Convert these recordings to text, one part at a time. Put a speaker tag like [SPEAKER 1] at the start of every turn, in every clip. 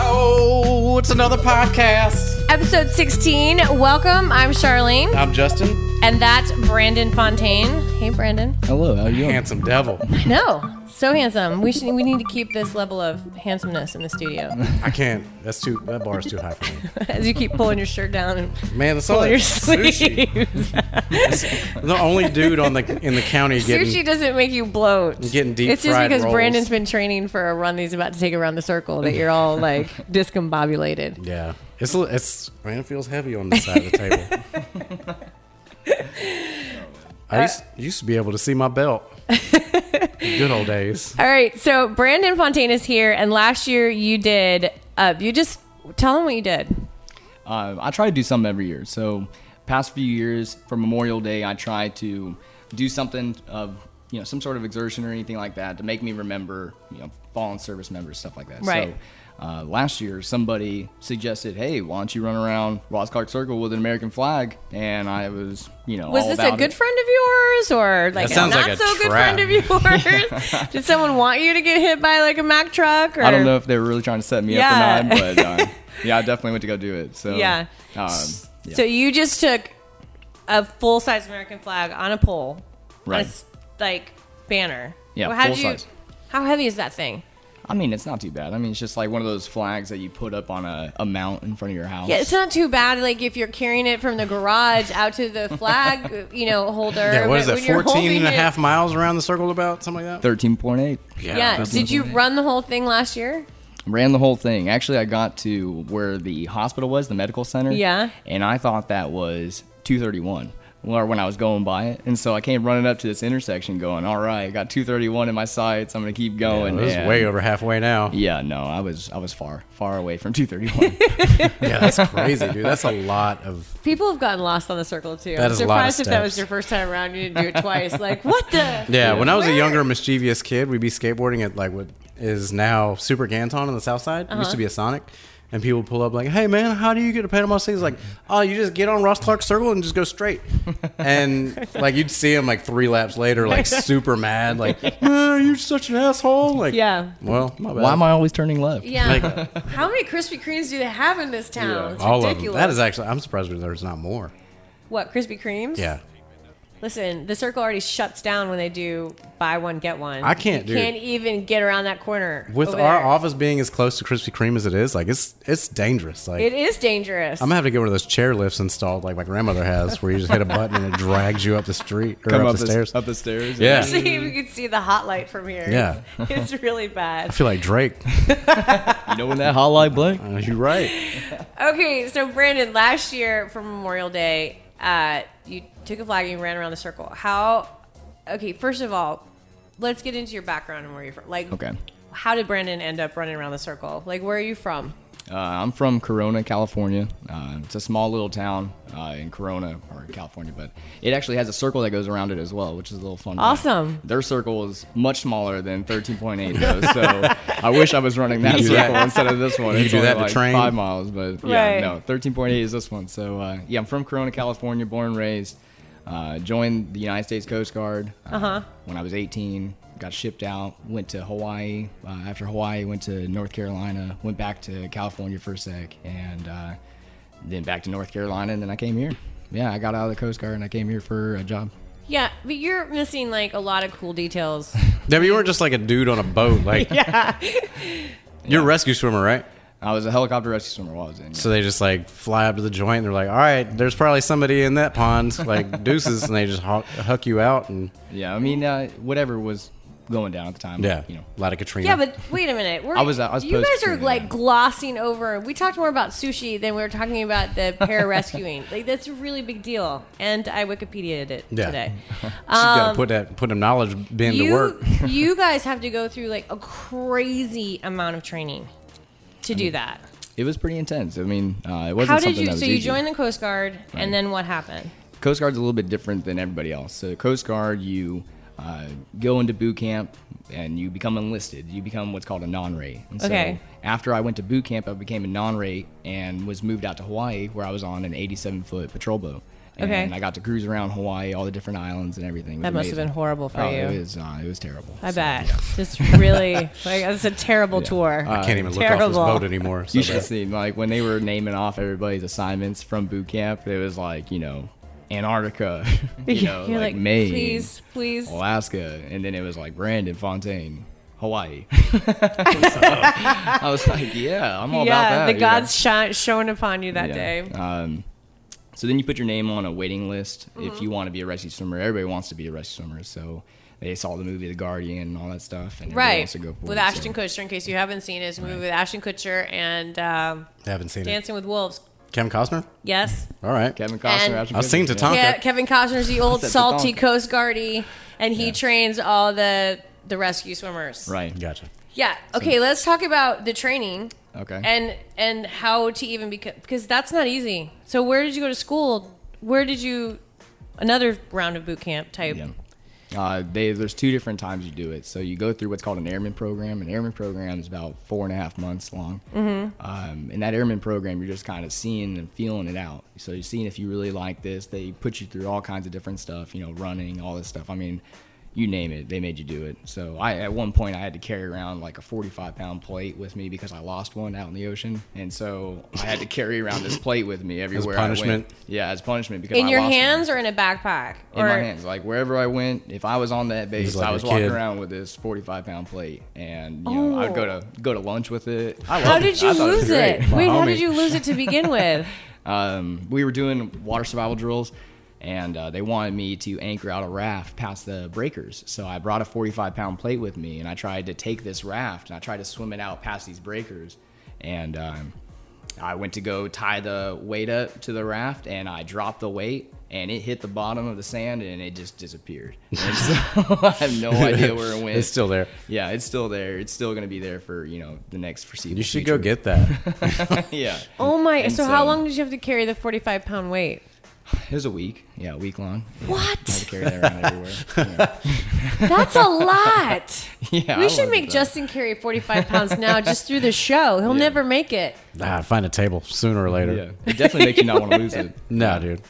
[SPEAKER 1] Oh, it's another podcast.
[SPEAKER 2] Episode 16. Welcome. I'm Charlene.
[SPEAKER 1] I'm Justin,
[SPEAKER 2] And that's Brandon Fontaine. Hey, Brandon.
[SPEAKER 3] Hello, how you doing?
[SPEAKER 1] handsome devil.
[SPEAKER 2] No, so handsome. We should. We need to keep this level of handsomeness in the studio.
[SPEAKER 1] I can't. That's too. That bar's too high for me.
[SPEAKER 2] As you keep pulling your shirt down and
[SPEAKER 1] Man, that's all
[SPEAKER 2] pull your
[SPEAKER 1] that sushi.
[SPEAKER 2] sleeves.
[SPEAKER 1] The only dude on the in the county getting.
[SPEAKER 2] Sushi doesn't make you bloat.
[SPEAKER 1] Getting deep
[SPEAKER 2] It's just
[SPEAKER 1] fried
[SPEAKER 2] because
[SPEAKER 1] rolls.
[SPEAKER 2] Brandon's been training for a run that he's about to take around the circle that you're all like discombobulated.
[SPEAKER 1] Yeah, it's a li- it's man, it feels heavy on this side of the table. I used, used to be able to see my belt. Good old days.
[SPEAKER 2] All right, so Brandon Fontaine is here, and last year you did. Uh, you just tell him what you did.
[SPEAKER 3] Uh, I try to do something every year. So, past few years for Memorial Day, I try to do something of you know some sort of exertion or anything like that to make me remember you know fallen service members stuff like that.
[SPEAKER 2] Right.
[SPEAKER 3] So, uh, last year somebody suggested, hey, why don't you run around Roscart Circle with an American flag? And I was you know
[SPEAKER 2] Was
[SPEAKER 3] all
[SPEAKER 2] this a
[SPEAKER 3] about
[SPEAKER 2] good
[SPEAKER 3] it.
[SPEAKER 2] friend of yours or like a not
[SPEAKER 1] sounds like a
[SPEAKER 2] so good
[SPEAKER 1] trap.
[SPEAKER 2] friend of yours? Did someone want you to get hit by like a Mack truck? Or?
[SPEAKER 3] I don't know if they were really trying to set me
[SPEAKER 2] Yeah.
[SPEAKER 3] up or not, but uh, yeah, I definitely went to go do it. So
[SPEAKER 2] Yeah.
[SPEAKER 3] um,
[SPEAKER 2] So you just took a full size American flag on a pole, on a
[SPEAKER 3] Right.
[SPEAKER 2] s- like banner.
[SPEAKER 3] Yeah,
[SPEAKER 2] Well, how
[SPEAKER 3] full
[SPEAKER 2] did you-
[SPEAKER 3] size.
[SPEAKER 2] How heavy is that thing?
[SPEAKER 3] I mean, it's not too bad. I mean, it's just like one of those flags that you put up on a, a mount in front of your house.
[SPEAKER 2] Yeah, it's not too bad. Like if you're carrying it from the garage out to the flag, you know, holder.
[SPEAKER 1] Yeah, what
[SPEAKER 2] but
[SPEAKER 1] is that?
[SPEAKER 2] when you're
[SPEAKER 1] 14
[SPEAKER 2] holding
[SPEAKER 1] and a
[SPEAKER 2] it-
[SPEAKER 1] half miles around the circle about something like that?
[SPEAKER 3] 13.8.
[SPEAKER 2] Yeah. Did you run the whole thing last year?
[SPEAKER 3] Ran the whole thing. Actually, I got to where the hospital was, the medical center.
[SPEAKER 2] Yeah.
[SPEAKER 3] And I thought that was 231 or when I was going by it. And so I came running up to this intersection going, all right, I got 231 in my sights. I'm going to keep
[SPEAKER 1] Oh,
[SPEAKER 3] going.
[SPEAKER 1] it was
[SPEAKER 3] And-
[SPEAKER 1] way over halfway now.
[SPEAKER 3] Yeah, no, I was I was far, far away from 231.
[SPEAKER 1] Yeah, that's crazy, dude. That's a lot of.
[SPEAKER 2] People have gotten lost on the circle too.
[SPEAKER 1] That
[SPEAKER 2] I'm
[SPEAKER 1] is a
[SPEAKER 2] surprised
[SPEAKER 1] lot of
[SPEAKER 2] if that was
[SPEAKER 1] steps.
[SPEAKER 2] your first time around. You didn't do it twice. Like what the?
[SPEAKER 1] Yeah, when I was a
[SPEAKER 2] Where?
[SPEAKER 1] younger, mischievous kid, we'd be skateboarding at like what is now Super Canton on the south side. It used to
[SPEAKER 2] Uh-huh.
[SPEAKER 1] be a Sonic. And people would pull up like, "Hey man, how do you get to Panama City?" It's like, "Oh, you just get on Ross Clark Circle and just go straight." And like you'd see him like three laps later, like super mad, like, "Oh, you're such an asshole!" Like,
[SPEAKER 2] Yeah.
[SPEAKER 1] Well, my bad.
[SPEAKER 3] Why am I always turning left?
[SPEAKER 2] Yeah.
[SPEAKER 1] Like-
[SPEAKER 2] How many Krispy Kremes do they have in this town? It's
[SPEAKER 1] All of them.
[SPEAKER 2] ridiculous.
[SPEAKER 1] That is actually. I'm surprised there's not more.
[SPEAKER 2] what Krispy Kremes?
[SPEAKER 1] Yeah.
[SPEAKER 2] Listen, the circle already shuts down when they do buy one get one.
[SPEAKER 1] I can't
[SPEAKER 2] You
[SPEAKER 1] do-
[SPEAKER 2] Can't even get around that corner.
[SPEAKER 1] With
[SPEAKER 2] over
[SPEAKER 1] our
[SPEAKER 2] Oh, there.
[SPEAKER 1] office being as close to Krispy Kreme as it is, like it's it's dangerous. Like
[SPEAKER 2] it is dangerous.
[SPEAKER 1] I'm gonna have to get one of those chair lifts installed like my grandmother has, where you just hit a button and it drags you up the street or
[SPEAKER 3] Come
[SPEAKER 1] up,
[SPEAKER 3] up,
[SPEAKER 1] the stairs.
[SPEAKER 3] up the stairs.
[SPEAKER 1] Yeah.
[SPEAKER 2] See if you could see the hot light from here.
[SPEAKER 1] Yeah.
[SPEAKER 2] It's really bad.
[SPEAKER 1] I feel like Drake.
[SPEAKER 3] You know when that hot light blink?
[SPEAKER 1] Uh, You're right.
[SPEAKER 2] Okay, so Brandon, last year for Memorial Day, uh, you took a flag and you ran around the circle. How? Okay, first of all, let's get into your background and where you're from. Like,
[SPEAKER 3] Okay.
[SPEAKER 2] how did Brandon end up running around the circle? Like, where are you from?
[SPEAKER 3] Uh, I'm from Corona, California. Uh, it's a small little town uh, in Corona or California, but it actually has a circle that goes around it as well, which is a little fun. fact.
[SPEAKER 2] Awesome.
[SPEAKER 3] Their circle is much smaller than 13.8, though, so I wish I was running that
[SPEAKER 1] You do
[SPEAKER 3] circle
[SPEAKER 1] that-
[SPEAKER 3] instead of this one.
[SPEAKER 1] you
[SPEAKER 3] It's
[SPEAKER 1] do
[SPEAKER 3] only
[SPEAKER 1] that to
[SPEAKER 3] like
[SPEAKER 1] train?
[SPEAKER 3] Five miles, but yeah,
[SPEAKER 2] Right.
[SPEAKER 3] no, 13.8 is this one. So uh, yeah, I'm from Corona, California, born and raised. Uh, joined the United States Coast Guard uh,
[SPEAKER 2] Uh-huh.
[SPEAKER 3] when I was 18. Got shipped out, went to Hawaii. Uh, after Hawaii, went to North Carolina, went back to California for a sec, and uh, then back to North Carolina, and then I came here. Yeah, I got out of the Coast Guard and I came here for a job.
[SPEAKER 2] Yeah, but you're missing like a lot of cool details.
[SPEAKER 1] Yeah, but you weren't just like a dude on a boat. Like
[SPEAKER 2] yeah.
[SPEAKER 1] you're a rescue swimmer, right?
[SPEAKER 3] I was a helicopter rescue swimmer while I was in.
[SPEAKER 1] So they just like fly up to the joint and they're like, "All right, there's probably somebody in that pond." Like deuces, and they just huck, huck you out and
[SPEAKER 3] yeah, I mean, uh, whatever was going down at the time.
[SPEAKER 1] yeah,
[SPEAKER 3] you know.
[SPEAKER 1] a lot of Katrina.
[SPEAKER 2] Yeah, but wait a minute. We're,
[SPEAKER 3] I was- uh, I was
[SPEAKER 2] you guys are
[SPEAKER 3] post-Katrina.
[SPEAKER 2] like glossing over. We talked more about sushi than we were talking about the pararescuing. like that's a really big deal. And I Wikipedia'd it
[SPEAKER 1] Yeah.
[SPEAKER 2] today.
[SPEAKER 1] you gotta put that put them knowledge bin to work.
[SPEAKER 2] um, you guys have to go through like a crazy amount of training to do that.
[SPEAKER 3] It was pretty intense. I mean, uh, it wasn't
[SPEAKER 2] How
[SPEAKER 3] something
[SPEAKER 2] did you?
[SPEAKER 3] Mm. that was
[SPEAKER 2] So you
[SPEAKER 3] easy.
[SPEAKER 2] joined the Coast Guard, and then what happened?
[SPEAKER 3] Coast Guard's a little bit different than everybody else. So Coast Guard, you uh, go into boot camp and you become enlisted. You become what's called a non-rate. And
[SPEAKER 2] Okay.
[SPEAKER 3] So after I went to boot camp, I became a non-rate and was moved out to Hawaii, where I was on an 87-foot patrol boat. And
[SPEAKER 2] Okay.
[SPEAKER 3] I got to cruise around Hawaii, all the different islands and everything. It was
[SPEAKER 2] That must have
[SPEAKER 3] amazing.
[SPEAKER 2] been horrible for
[SPEAKER 3] Oh,
[SPEAKER 2] you.
[SPEAKER 3] It was, uh, it was terrible.
[SPEAKER 2] I
[SPEAKER 3] So,
[SPEAKER 2] bet.
[SPEAKER 3] yeah.
[SPEAKER 2] Just really, like, it's a terrible tour.
[SPEAKER 1] I can't even look off
[SPEAKER 2] terrible.
[SPEAKER 1] this boat anymore. So
[SPEAKER 3] You should
[SPEAKER 1] bad.
[SPEAKER 3] have seen like when they were naming off everybody's assignments from boot camp. It was like you know Antarctica, you know
[SPEAKER 2] You're
[SPEAKER 3] like,
[SPEAKER 2] like,
[SPEAKER 3] Maine,
[SPEAKER 2] please, please.
[SPEAKER 3] Alaska, and then it was like Brandon Fontaine, Hawaii. So, I was like, yeah, I'm all about
[SPEAKER 2] yeah,
[SPEAKER 3] that.
[SPEAKER 2] the
[SPEAKER 3] you know?
[SPEAKER 2] gods shine shone upon you that
[SPEAKER 3] Yeah.
[SPEAKER 2] day.
[SPEAKER 3] Um, so then you put your name on a waiting list
[SPEAKER 2] Mm-hmm.
[SPEAKER 3] if you want to be a rescue swimmer. Everybody wants to be a rescue swimmer, so they saw the movie The Guardian and all that stuff, and everybody
[SPEAKER 2] Right.
[SPEAKER 3] wants to go for
[SPEAKER 2] With
[SPEAKER 3] it, so-
[SPEAKER 2] Ashton Kutcher, in case you haven't seen it, it's a movie with Ashton Kutcher and um,
[SPEAKER 1] I haven't seen
[SPEAKER 2] Dancing with Wolves.
[SPEAKER 1] it. Kevin Costner.
[SPEAKER 2] Yes.
[SPEAKER 1] All right.
[SPEAKER 3] Kevin Costner.
[SPEAKER 2] And-
[SPEAKER 3] Ashton
[SPEAKER 1] I've seen
[SPEAKER 3] Kutcher, yeah.
[SPEAKER 1] Tatanka.
[SPEAKER 2] Yeah,
[SPEAKER 1] Okay.
[SPEAKER 2] Kevin Costner's the old
[SPEAKER 3] That's a
[SPEAKER 2] salty
[SPEAKER 3] donk.
[SPEAKER 2] Coast Guardie, and he trains all the the rescue swimmers.
[SPEAKER 3] Right.
[SPEAKER 1] Gotcha.
[SPEAKER 2] Yeah. Okay. let's talk about the training
[SPEAKER 3] Okay.
[SPEAKER 2] and and how to even become because that's not easy. So where did you go to school? Where did you another round of boot camp type?
[SPEAKER 3] Yeah. Uh, they, there's two different times you do it. So you go through what's called an airman program. An airman program is about four and a half months long.
[SPEAKER 2] Mm-hmm.
[SPEAKER 3] Um, in that airman program, you're just kind of seeing and feeling it out. So you're seeing if you really like this. They put you through all kinds of different stuff, you know, running, all this stuff. I mean, you name it, they made you do it. So I, at one point, I had to carry around like a 45 pound plate with me because I lost one out in the ocean, and so I had to carry around this plate with me everywhere. I went.
[SPEAKER 1] punishment?
[SPEAKER 3] Yeah, as punishment because
[SPEAKER 2] In
[SPEAKER 3] I
[SPEAKER 2] your
[SPEAKER 3] lost one
[SPEAKER 2] hands or in a backpack?
[SPEAKER 3] in
[SPEAKER 2] or
[SPEAKER 3] my hands. Like wherever I went, if I was on that base,
[SPEAKER 1] like
[SPEAKER 3] I
[SPEAKER 1] a
[SPEAKER 3] was walking
[SPEAKER 1] kid.
[SPEAKER 3] around with this 45 pound plate, and you know, I'd go to go to lunch with it. I
[SPEAKER 2] Oh. how
[SPEAKER 3] loved
[SPEAKER 2] did you
[SPEAKER 3] I thought
[SPEAKER 2] lose
[SPEAKER 3] was great.
[SPEAKER 2] it? Wait, how
[SPEAKER 1] homie.
[SPEAKER 2] did you lose it to begin with?
[SPEAKER 3] Um, we were doing water survival drills, and uh, they wanted me to anchor out a raft past the breakers. So I brought a 45 pound plate with me, and I tried to take this raft and I tried to swim it out past these breakers, and. Um, I went to go tie the weight up to the raft and I dropped the weight and it hit the bottom of the sand and it just disappeared. And so I have no idea where it went.
[SPEAKER 1] It's still there.
[SPEAKER 3] yeah, it's still there. It's still going to be there for, you know, the next foreseeable
[SPEAKER 1] You should go
[SPEAKER 3] future.
[SPEAKER 1] get that.
[SPEAKER 3] yeah.
[SPEAKER 2] Oh my!
[SPEAKER 3] And
[SPEAKER 2] So, how
[SPEAKER 3] so-
[SPEAKER 2] long did you have to carry the forty-five pound weight?
[SPEAKER 3] It was a week. Yeah, a week long. Yeah, I had to
[SPEAKER 2] What?
[SPEAKER 3] carry that around everywhere. Yeah.
[SPEAKER 2] That's a lot.
[SPEAKER 3] Yeah, I
[SPEAKER 2] we should
[SPEAKER 3] wasn't
[SPEAKER 2] make
[SPEAKER 3] bad.
[SPEAKER 2] Justin carry forty-five pounds now just through the show. He'll never make it.
[SPEAKER 1] Nah, find a table sooner or later.
[SPEAKER 3] Yeah, it definitely makes you not want to lose it.
[SPEAKER 1] No, dude.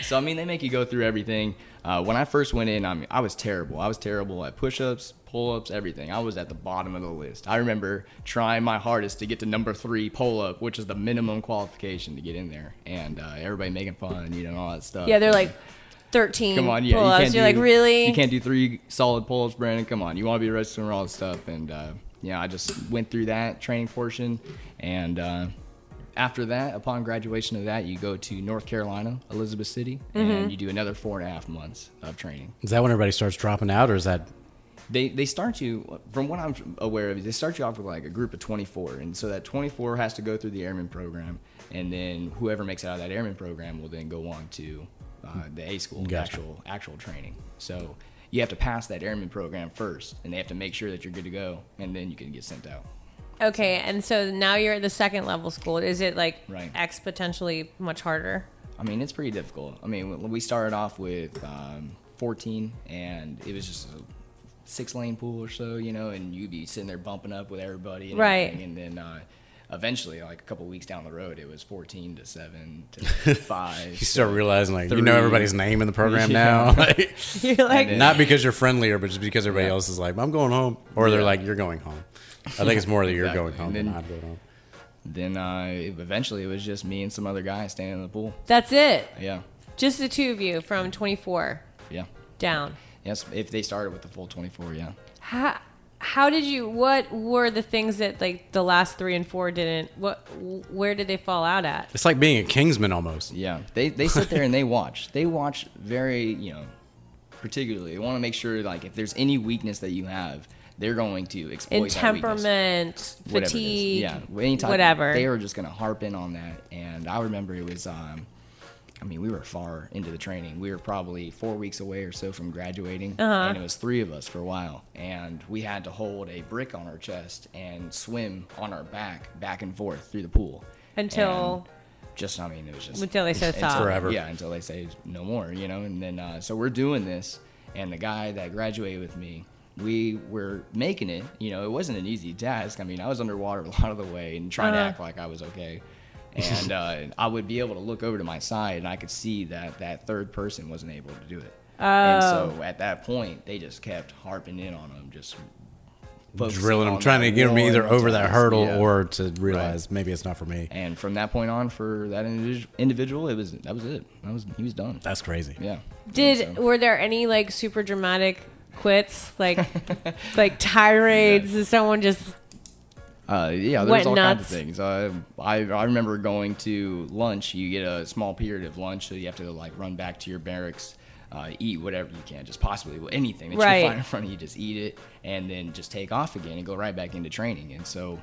[SPEAKER 3] So I mean, they make you go through everything. Uh, when I first went in, I mean, I was terrible. I was terrible at push-ups, pull-ups, everything. I was at the bottom of the list. I remember trying my hardest to get to number three pull-up, which is the minimum qualification to get in there, and uh, everybody making fun, you know, and all that stuff.
[SPEAKER 2] Yeah, they're like thirteen.
[SPEAKER 3] Come on, yeah, you
[SPEAKER 2] pull-ups.
[SPEAKER 3] can't
[SPEAKER 2] You're
[SPEAKER 3] do,
[SPEAKER 2] like really.
[SPEAKER 3] You can't do three solid pull-ups, Brandon. Come on, you want to be a wrestler and all this stuff, and uh, yeah, I just went through that training portion, and uh, after that, upon graduation of that, you go to North Carolina, Elizabeth City,
[SPEAKER 2] Mm-hmm.
[SPEAKER 3] and you do another four and a half months of training.
[SPEAKER 1] Is that when everybody starts dropping out, or is that
[SPEAKER 3] They they start you from what I'm aware of, they start you off with like a group of 24, and so that 24 has to go through the airman program, and then whoever makes it out of that airman program will then go on to uh, the A school
[SPEAKER 1] Gotcha.
[SPEAKER 3] actual actual training. So you have to pass that airman program first, and they have to make sure that you're good to go, and then you can get sent out.
[SPEAKER 2] Okay, and so now you're at the second level school. Is it like
[SPEAKER 3] Right.
[SPEAKER 2] exponentially much harder?
[SPEAKER 3] I mean, it's pretty difficult. I mean, we- we started off with um, 14, and it was just a six lane pool or so, you know, and you'd be sitting there bumping up with everybody. And
[SPEAKER 2] Right.
[SPEAKER 3] everything, And then uh, eventually, like a couple weeks down the road, it was 14 to 7 to 5.
[SPEAKER 1] you start realizing like you
[SPEAKER 3] Three.
[SPEAKER 1] know everybody's name in the program
[SPEAKER 3] Yeah.
[SPEAKER 1] now? Like,
[SPEAKER 2] You're like,
[SPEAKER 3] then-
[SPEAKER 1] not because you're friendlier, but just because everybody
[SPEAKER 3] Yeah.
[SPEAKER 1] else is like, "I'm going home," or they're
[SPEAKER 3] Yeah.
[SPEAKER 1] like, "You're going home." I think it's more that you're
[SPEAKER 3] Exactly.
[SPEAKER 1] going home
[SPEAKER 3] And
[SPEAKER 1] than
[SPEAKER 3] then-
[SPEAKER 1] I'm going home.
[SPEAKER 3] then uh, it- eventually, it was just me and some other guy standing in the pool.
[SPEAKER 2] that's it.
[SPEAKER 3] Yeah.
[SPEAKER 2] Just the two of you from 24
[SPEAKER 3] Yeah.
[SPEAKER 2] down.
[SPEAKER 3] Yes, if they started with the full 24, yeah.
[SPEAKER 2] How, how did you? What were the things that like the last three and four didn't? What? Where did they fall out at?
[SPEAKER 1] It's like being a Kingsman almost.
[SPEAKER 3] Yeah, they they sit there and they watch. They watch very you know, particularly. They want to make sure like if there's any weakness that you have, they're going to exploit
[SPEAKER 2] In
[SPEAKER 3] that weakness,
[SPEAKER 2] temperament,
[SPEAKER 3] whatever it is.
[SPEAKER 2] fatigue,
[SPEAKER 3] Yeah, any type-
[SPEAKER 2] whatever.
[SPEAKER 3] They were just gonna harp in on that, and I remember it was. um I mean, we were far into the training. We were probably four weeks away or so from graduating,
[SPEAKER 2] Uh-huh.
[SPEAKER 3] and it was three of us for a while. And we had to hold a brick on our chest and swim on our back, back and forth through the pool
[SPEAKER 2] Until-
[SPEAKER 3] And just I mean, it was just
[SPEAKER 2] Until they said
[SPEAKER 3] until-
[SPEAKER 2] stop.
[SPEAKER 1] Forever.
[SPEAKER 3] Yeah, until they say no more, you know. And then uh, so we're doing this, and the guy that graduated with me, we were making
[SPEAKER 2] Uh-huh.
[SPEAKER 3] it. You know, it wasn't an easy task. I mean, I was underwater a lot of the way and trying to act like I was okay. and uh, I would be able to look over to my side, and I could see that that third person wasn't able to do it. And
[SPEAKER 2] Oh.
[SPEAKER 3] so at that point, they just kept harping in on him, just focusing
[SPEAKER 1] Drilling them,
[SPEAKER 3] on
[SPEAKER 1] trying to
[SPEAKER 3] that
[SPEAKER 1] get them either
[SPEAKER 3] one
[SPEAKER 1] over that
[SPEAKER 3] task.
[SPEAKER 1] hurdle
[SPEAKER 3] Yeah.
[SPEAKER 1] or to realize maybe it's not for me.
[SPEAKER 3] And from that point on, for that individ- individual, it was that was it. That was he was done.
[SPEAKER 1] That's crazy.
[SPEAKER 3] Yeah.
[SPEAKER 2] Did were there any like super dramatic quits, like like tirades? and Someone just
[SPEAKER 3] Uh, yeah, there's
[SPEAKER 2] Went
[SPEAKER 3] all kinds of
[SPEAKER 2] nuts.
[SPEAKER 3] things. Uh, I I remember going to lunch. You get a small period of lunch, so you have to like run back to your barracks, uh, eat whatever you can, just possibly anything that
[SPEAKER 2] Right.
[SPEAKER 3] you find in front of you, just eat it, and then just take off again and go right back into training. And so.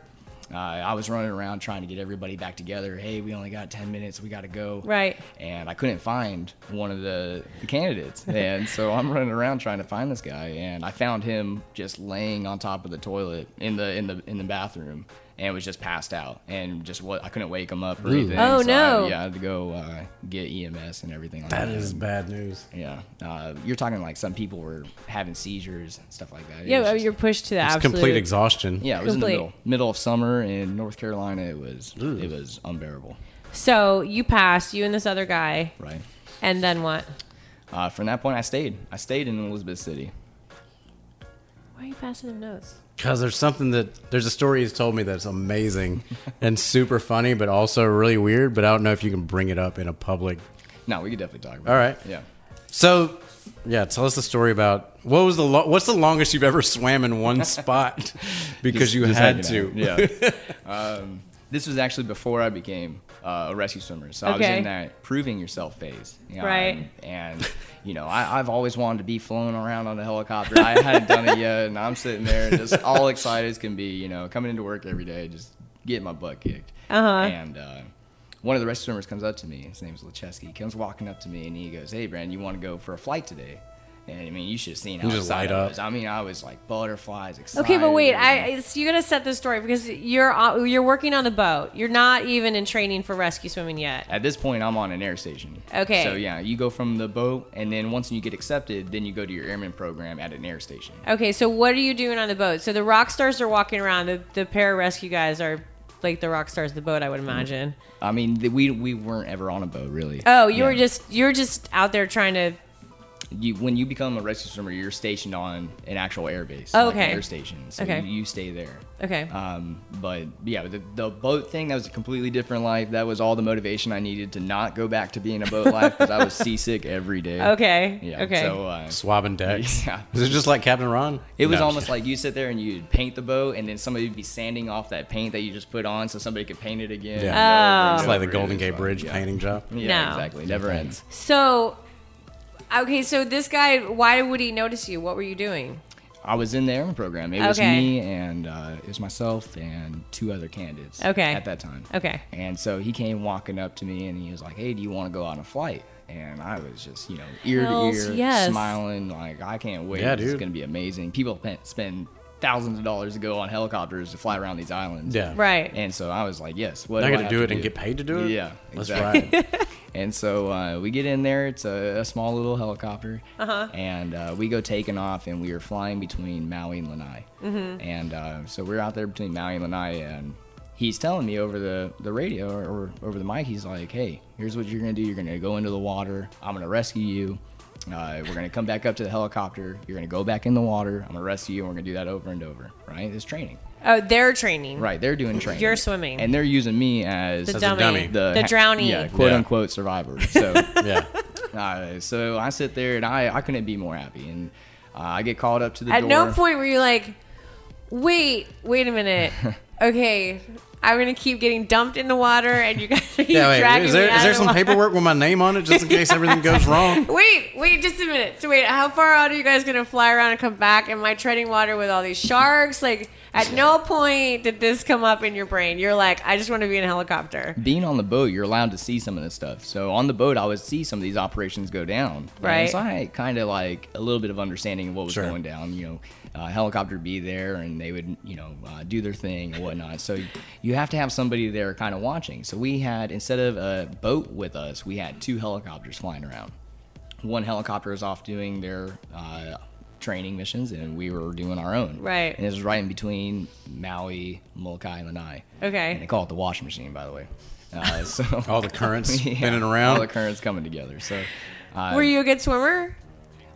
[SPEAKER 3] Uh, I was running around trying to get everybody back together. Hey, we only got 10 minutes. We got to go.
[SPEAKER 2] Right.
[SPEAKER 3] And I couldn't find one of the, the candidates. And so I'm running around trying to find this guy and I found him just laying on top of the toilet in the in the in the bathroom and was just passed out and just what I couldn't wake him up or anything.
[SPEAKER 2] Oh,
[SPEAKER 3] So I-
[SPEAKER 2] no.
[SPEAKER 3] yeah, I had to go uh, get EMS and everything like that.
[SPEAKER 1] That is bad news.
[SPEAKER 3] yeah. Uh, you're talking like some people were having seizures and stuff like that. It
[SPEAKER 2] yeah,
[SPEAKER 3] was
[SPEAKER 2] well,
[SPEAKER 3] just-
[SPEAKER 2] you're pushed to the
[SPEAKER 1] It's
[SPEAKER 2] absolute.
[SPEAKER 1] complete exhaustion.
[SPEAKER 3] yeah, it was
[SPEAKER 2] complete.
[SPEAKER 3] in the middle, middle of summer in North Carolina. It was it was unbearable,
[SPEAKER 2] so you passed, you and this other guy,
[SPEAKER 3] right?
[SPEAKER 2] and then what?
[SPEAKER 3] Uh, from that point, I stayed. I stayed in Elizabeth City.
[SPEAKER 2] Why are you passing them notes?
[SPEAKER 1] Because there's something that there's a story he's told me that's amazing and super funny, but also really weird. But I don't know if you can bring it up in a public.
[SPEAKER 3] No, we could definitely talk about.
[SPEAKER 1] All
[SPEAKER 3] it.
[SPEAKER 1] right.
[SPEAKER 3] Yeah.
[SPEAKER 1] So, yeah, tell us the story about what was the lo- what's the longest you've ever swam in one spot because you
[SPEAKER 3] Just
[SPEAKER 1] had
[SPEAKER 3] hanging
[SPEAKER 1] to.
[SPEAKER 3] out. Yeah. um, this was actually before I became uh, a rescue swimmer, so I was
[SPEAKER 2] Okay.
[SPEAKER 3] in that proving yourself phase. you know,
[SPEAKER 2] Right.
[SPEAKER 3] And, and, you know, I, I've always wanted to be flown around on a helicopter. I hadn't done it yet, and I'm sitting there just all excited as can be. You know, coming into work every day, just getting my butt kicked. Uh-huh. And uh, one of the rescue swimmers comes up to me. His name's Lacheski. He comes walking up to me, and he goes, "Hey, Brandon, you want to go for a flight today?" And I mean, you should have seen how
[SPEAKER 1] just
[SPEAKER 3] excited
[SPEAKER 1] light
[SPEAKER 3] I
[SPEAKER 1] up.
[SPEAKER 3] was. I mean, I was like butterflies, excited.
[SPEAKER 2] Okay, but wait,
[SPEAKER 3] and-
[SPEAKER 2] I it's, you gotta set this story because you're on- you're working on the boat. You're not even in training for rescue swimming yet.
[SPEAKER 3] At this point, I'm on an air station.
[SPEAKER 2] Okay.
[SPEAKER 3] So yeah, you go from the boat, and then once you get accepted, then you go to your airman program at an air station.
[SPEAKER 2] Okay, so what are you doing on the boat? So the rock stars are walking around. The the pararescue guys are like the rock stars of the boat, I
[SPEAKER 3] Mm-hmm.
[SPEAKER 2] would imagine.
[SPEAKER 3] I mean, th- we we weren't ever on a boat really.
[SPEAKER 2] Oh, you were
[SPEAKER 3] Yeah.
[SPEAKER 2] just you're just out there trying to.
[SPEAKER 3] you, when you become a rescue swimmer, you're stationed on an actual air base.
[SPEAKER 2] Oh,
[SPEAKER 3] like an
[SPEAKER 2] okay.
[SPEAKER 3] air station. So
[SPEAKER 2] Okay.
[SPEAKER 3] you, you stay there.
[SPEAKER 2] Okay.
[SPEAKER 3] Um, but yeah, the, the boat thing that was a completely different life. That was all the motivation I needed to not go back to being a boat life because I was seasick every day.
[SPEAKER 2] okay.
[SPEAKER 3] Yeah.
[SPEAKER 2] okay.
[SPEAKER 3] So uh,
[SPEAKER 1] Swabbing decks.
[SPEAKER 3] Yeah.
[SPEAKER 1] Is it just like Captain Ron?
[SPEAKER 3] It was
[SPEAKER 1] No, I'm
[SPEAKER 3] almost like you sit there and you'd paint the boat, and then somebody would be sanding off that paint that you just put on, so somebody could paint it again.
[SPEAKER 1] Yeah.
[SPEAKER 3] and
[SPEAKER 1] It's
[SPEAKER 3] over
[SPEAKER 1] like
[SPEAKER 3] and
[SPEAKER 1] the
[SPEAKER 3] over.
[SPEAKER 1] Golden
[SPEAKER 3] It
[SPEAKER 1] Gate
[SPEAKER 3] was
[SPEAKER 1] Bridge
[SPEAKER 3] like, yeah. Mm-hmm.
[SPEAKER 1] painting job.
[SPEAKER 3] Yeah,
[SPEAKER 2] Oh. No.
[SPEAKER 3] exactly. Never ends.
[SPEAKER 2] So, okay, so this guy, why would he notice you? What were you doing?
[SPEAKER 3] I was in the airman program. It was
[SPEAKER 2] Okay.
[SPEAKER 3] me and uh, it was myself and two other candidates.
[SPEAKER 2] Okay.
[SPEAKER 3] At that time.
[SPEAKER 2] Okay.
[SPEAKER 3] And so he came walking up to me and he was like, "Hey, do you want to go on a flight?" And I was just, you know, ear
[SPEAKER 2] Hells
[SPEAKER 3] to ear,
[SPEAKER 2] yes.
[SPEAKER 3] smiling like, "I can't wait.
[SPEAKER 1] Yeah,
[SPEAKER 3] this is
[SPEAKER 1] dude.
[SPEAKER 3] gonna be amazing." People pe- spend thousands of dollars to go on helicopters to fly around these islands.
[SPEAKER 1] Yeah.
[SPEAKER 2] Right.
[SPEAKER 3] And so I was like, "Yes, what
[SPEAKER 1] I
[SPEAKER 3] do
[SPEAKER 1] got to
[SPEAKER 3] have
[SPEAKER 1] do it and get paid to do it.
[SPEAKER 3] Yeah,
[SPEAKER 1] Let's
[SPEAKER 3] exactly.
[SPEAKER 1] ride.
[SPEAKER 3] And so uh, we get in there. It's a, a small little helicopter, and uh, we go taking off, and we are flying between Maui and Lanai. And uh, so we're out there between Maui and Lanai, and he's telling me over the the radio or, or over the mic, he's like, "Hey, here's what you're gonna do. You're gonna go into the water. I'm gonna rescue you. Uh, we're gonna come back up to the helicopter. You're gonna go back in the water. I'm gonna rescue you. And we're gonna do that over and over. Right? It's training.
[SPEAKER 2] Oh, they're training.
[SPEAKER 3] Right? They're doing training.
[SPEAKER 2] You're swimming.
[SPEAKER 3] and they're using me as
[SPEAKER 2] The
[SPEAKER 1] a
[SPEAKER 2] dummy.
[SPEAKER 1] dummy.
[SPEAKER 2] The,
[SPEAKER 3] ha-
[SPEAKER 2] drowning.
[SPEAKER 3] yeah, quote
[SPEAKER 1] Yeah.
[SPEAKER 3] unquote survivor. So.
[SPEAKER 1] yeah.
[SPEAKER 3] Uh, so I sit there and I, I couldn't be more happy. And uh, I get called up to the
[SPEAKER 2] At
[SPEAKER 3] door.
[SPEAKER 2] no point were you like, wait, wait a minute. Okay, I'm going to keep getting dumped in the water and you guys are
[SPEAKER 1] Yeah, wait,
[SPEAKER 2] dragging
[SPEAKER 1] is
[SPEAKER 2] me
[SPEAKER 1] there
[SPEAKER 2] out
[SPEAKER 1] is there
[SPEAKER 2] of the
[SPEAKER 1] some
[SPEAKER 2] water.
[SPEAKER 1] paperwork with my name on it just in case everything goes wrong?
[SPEAKER 2] Wait, wait, just a minute. So wait, how far out are you guys gonna fly around and come back? Am I treading water with all these sharks? Like, at no point did this come up in your brain. You're like, I just want to be in a helicopter.
[SPEAKER 3] Being on the boat, you're allowed to see some of this stuff. So on the boat, I would see some of these operations go down.
[SPEAKER 2] Right.
[SPEAKER 3] And so I had kind of like a little bit of understanding of what was
[SPEAKER 1] Sure.
[SPEAKER 3] going down. You know, uh, helicopter would be there and they would, you know, uh, do their thing and whatnot. so you have to have somebody there kind of watching. So we had, instead of a boat with us, we had two helicopters flying around. one helicopter was off doing their uh, training missions, and we were doing our own.
[SPEAKER 2] Right.
[SPEAKER 3] And it was right in between Maui, Molokai, and Lanai.
[SPEAKER 2] Okay.
[SPEAKER 3] And they call it the washing machine, by the way. Uh, so
[SPEAKER 1] All the currents
[SPEAKER 3] Yeah,
[SPEAKER 1] spinning
[SPEAKER 3] all the
[SPEAKER 1] around.
[SPEAKER 3] currents coming together. So uh,
[SPEAKER 2] Were you a good swimmer?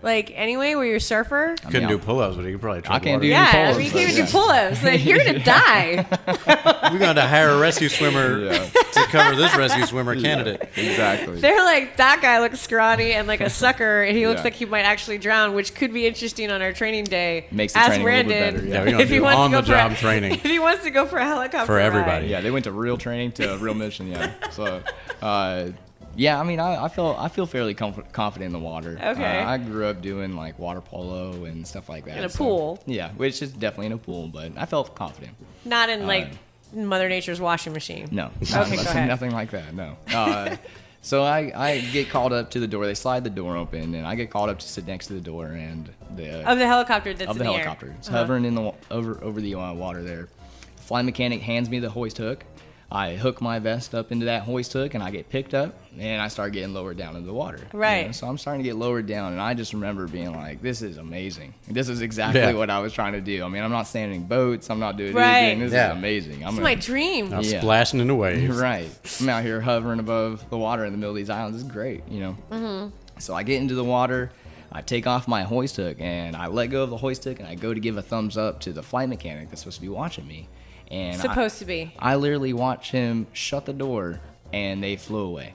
[SPEAKER 2] Like anyway, were you a surfer?
[SPEAKER 3] I mean,
[SPEAKER 1] Couldn't do
[SPEAKER 3] I'll-
[SPEAKER 1] pull ups, but you could probably try.
[SPEAKER 3] I can't do
[SPEAKER 2] Yeah,
[SPEAKER 3] pull-ups,
[SPEAKER 2] I mean, you
[SPEAKER 3] but
[SPEAKER 2] can't even
[SPEAKER 3] yeah.
[SPEAKER 2] do pull-ups. Like you're gonna die.
[SPEAKER 1] We're going to hire a rescue swimmer
[SPEAKER 3] Yeah.
[SPEAKER 1] to cover this rescue swimmer candidate.
[SPEAKER 3] Exactly.
[SPEAKER 2] They're like that guy looks scrawny and like a sucker, and he looks
[SPEAKER 3] Yeah.
[SPEAKER 2] like he might actually drown, which could be interesting on our training day.
[SPEAKER 3] Makes the
[SPEAKER 2] Ask
[SPEAKER 3] training a little bit
[SPEAKER 2] Brandon
[SPEAKER 3] better,
[SPEAKER 1] Yeah, we're going
[SPEAKER 2] if
[SPEAKER 1] to
[SPEAKER 2] he
[SPEAKER 1] do
[SPEAKER 2] wants
[SPEAKER 1] on
[SPEAKER 2] to go
[SPEAKER 1] the
[SPEAKER 2] for a-
[SPEAKER 1] job training.
[SPEAKER 2] If he wants to go for a helicopter
[SPEAKER 1] For everybody.
[SPEAKER 2] ride.
[SPEAKER 3] Yeah, they went to real training to a real mission. Yeah. So, uh, yeah, I mean, I, I feel I feel fairly comf- confident in the water.
[SPEAKER 2] Okay.
[SPEAKER 3] Uh, I grew up doing like water polo and stuff like that.
[SPEAKER 2] In a
[SPEAKER 3] so-
[SPEAKER 2] pool.
[SPEAKER 3] Yeah, which is definitely in a pool, but I felt confident.
[SPEAKER 2] Not in like Mother Nature's washing machine.
[SPEAKER 3] No,
[SPEAKER 2] Okay, go ahead.
[SPEAKER 3] nothing like that. No. Uh, so I, I get called up to the door. They slide the door open, and I get called up to sit next to the door, and the
[SPEAKER 2] Of the helicopter that's
[SPEAKER 3] of
[SPEAKER 2] in
[SPEAKER 3] the
[SPEAKER 2] the, air. Uh-huh.
[SPEAKER 3] helicopter. It's hovering in the wa- over over the uh, water there. Flight mechanic hands me the hoist hook. I hook my vest up into that hoist hook, and I get picked up, and I start getting lowered down into the water. you
[SPEAKER 2] Right.
[SPEAKER 3] know? So I'm starting to get lowered down, and I just remember being like, "This is amazing. This is exactly
[SPEAKER 1] Yeah.
[SPEAKER 3] what I was trying to do. I mean, I'm not standing boats. I'm not doing
[SPEAKER 2] Right.
[SPEAKER 3] anything. This
[SPEAKER 1] Yeah.
[SPEAKER 3] is amazing. I'm
[SPEAKER 2] It's
[SPEAKER 3] gonna-
[SPEAKER 2] my dream.
[SPEAKER 1] I'm
[SPEAKER 3] Yeah.
[SPEAKER 1] splashing in the waves.
[SPEAKER 3] Right. I'm out here hovering above the water in the middle of these islands. It's great, you know. So I get into the water. I take off my hoist hook and I let go of the hoist hook and I go to give a thumbs up to the flight mechanic that's supposed to be watching me. And
[SPEAKER 2] Supposed to be.
[SPEAKER 3] I, I literally watch him shut the door and they flew away.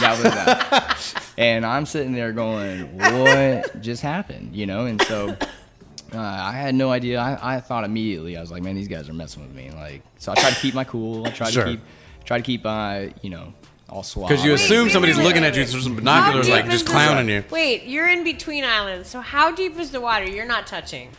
[SPEAKER 3] that was that. And I'm sitting there going, what just happened? You know, and so uh, I had no idea. I, I thought immediately, I was like, man, these guys are messing with me. Like, so I tried to keep my cool. I tried
[SPEAKER 1] Sure.
[SPEAKER 3] to keep, try to keep, uh, you know, all suave.
[SPEAKER 1] Because you assume
[SPEAKER 2] wait,
[SPEAKER 1] somebody's
[SPEAKER 2] wait,
[SPEAKER 1] looking
[SPEAKER 2] wait,
[SPEAKER 1] at you
[SPEAKER 2] wait.
[SPEAKER 1] through some
[SPEAKER 2] How
[SPEAKER 1] binoculars,
[SPEAKER 2] deep
[SPEAKER 1] like
[SPEAKER 2] is
[SPEAKER 1] just
[SPEAKER 2] the-
[SPEAKER 1] clowning you.
[SPEAKER 2] Wait, you're in between islands, so how deep is the water? You're not touching.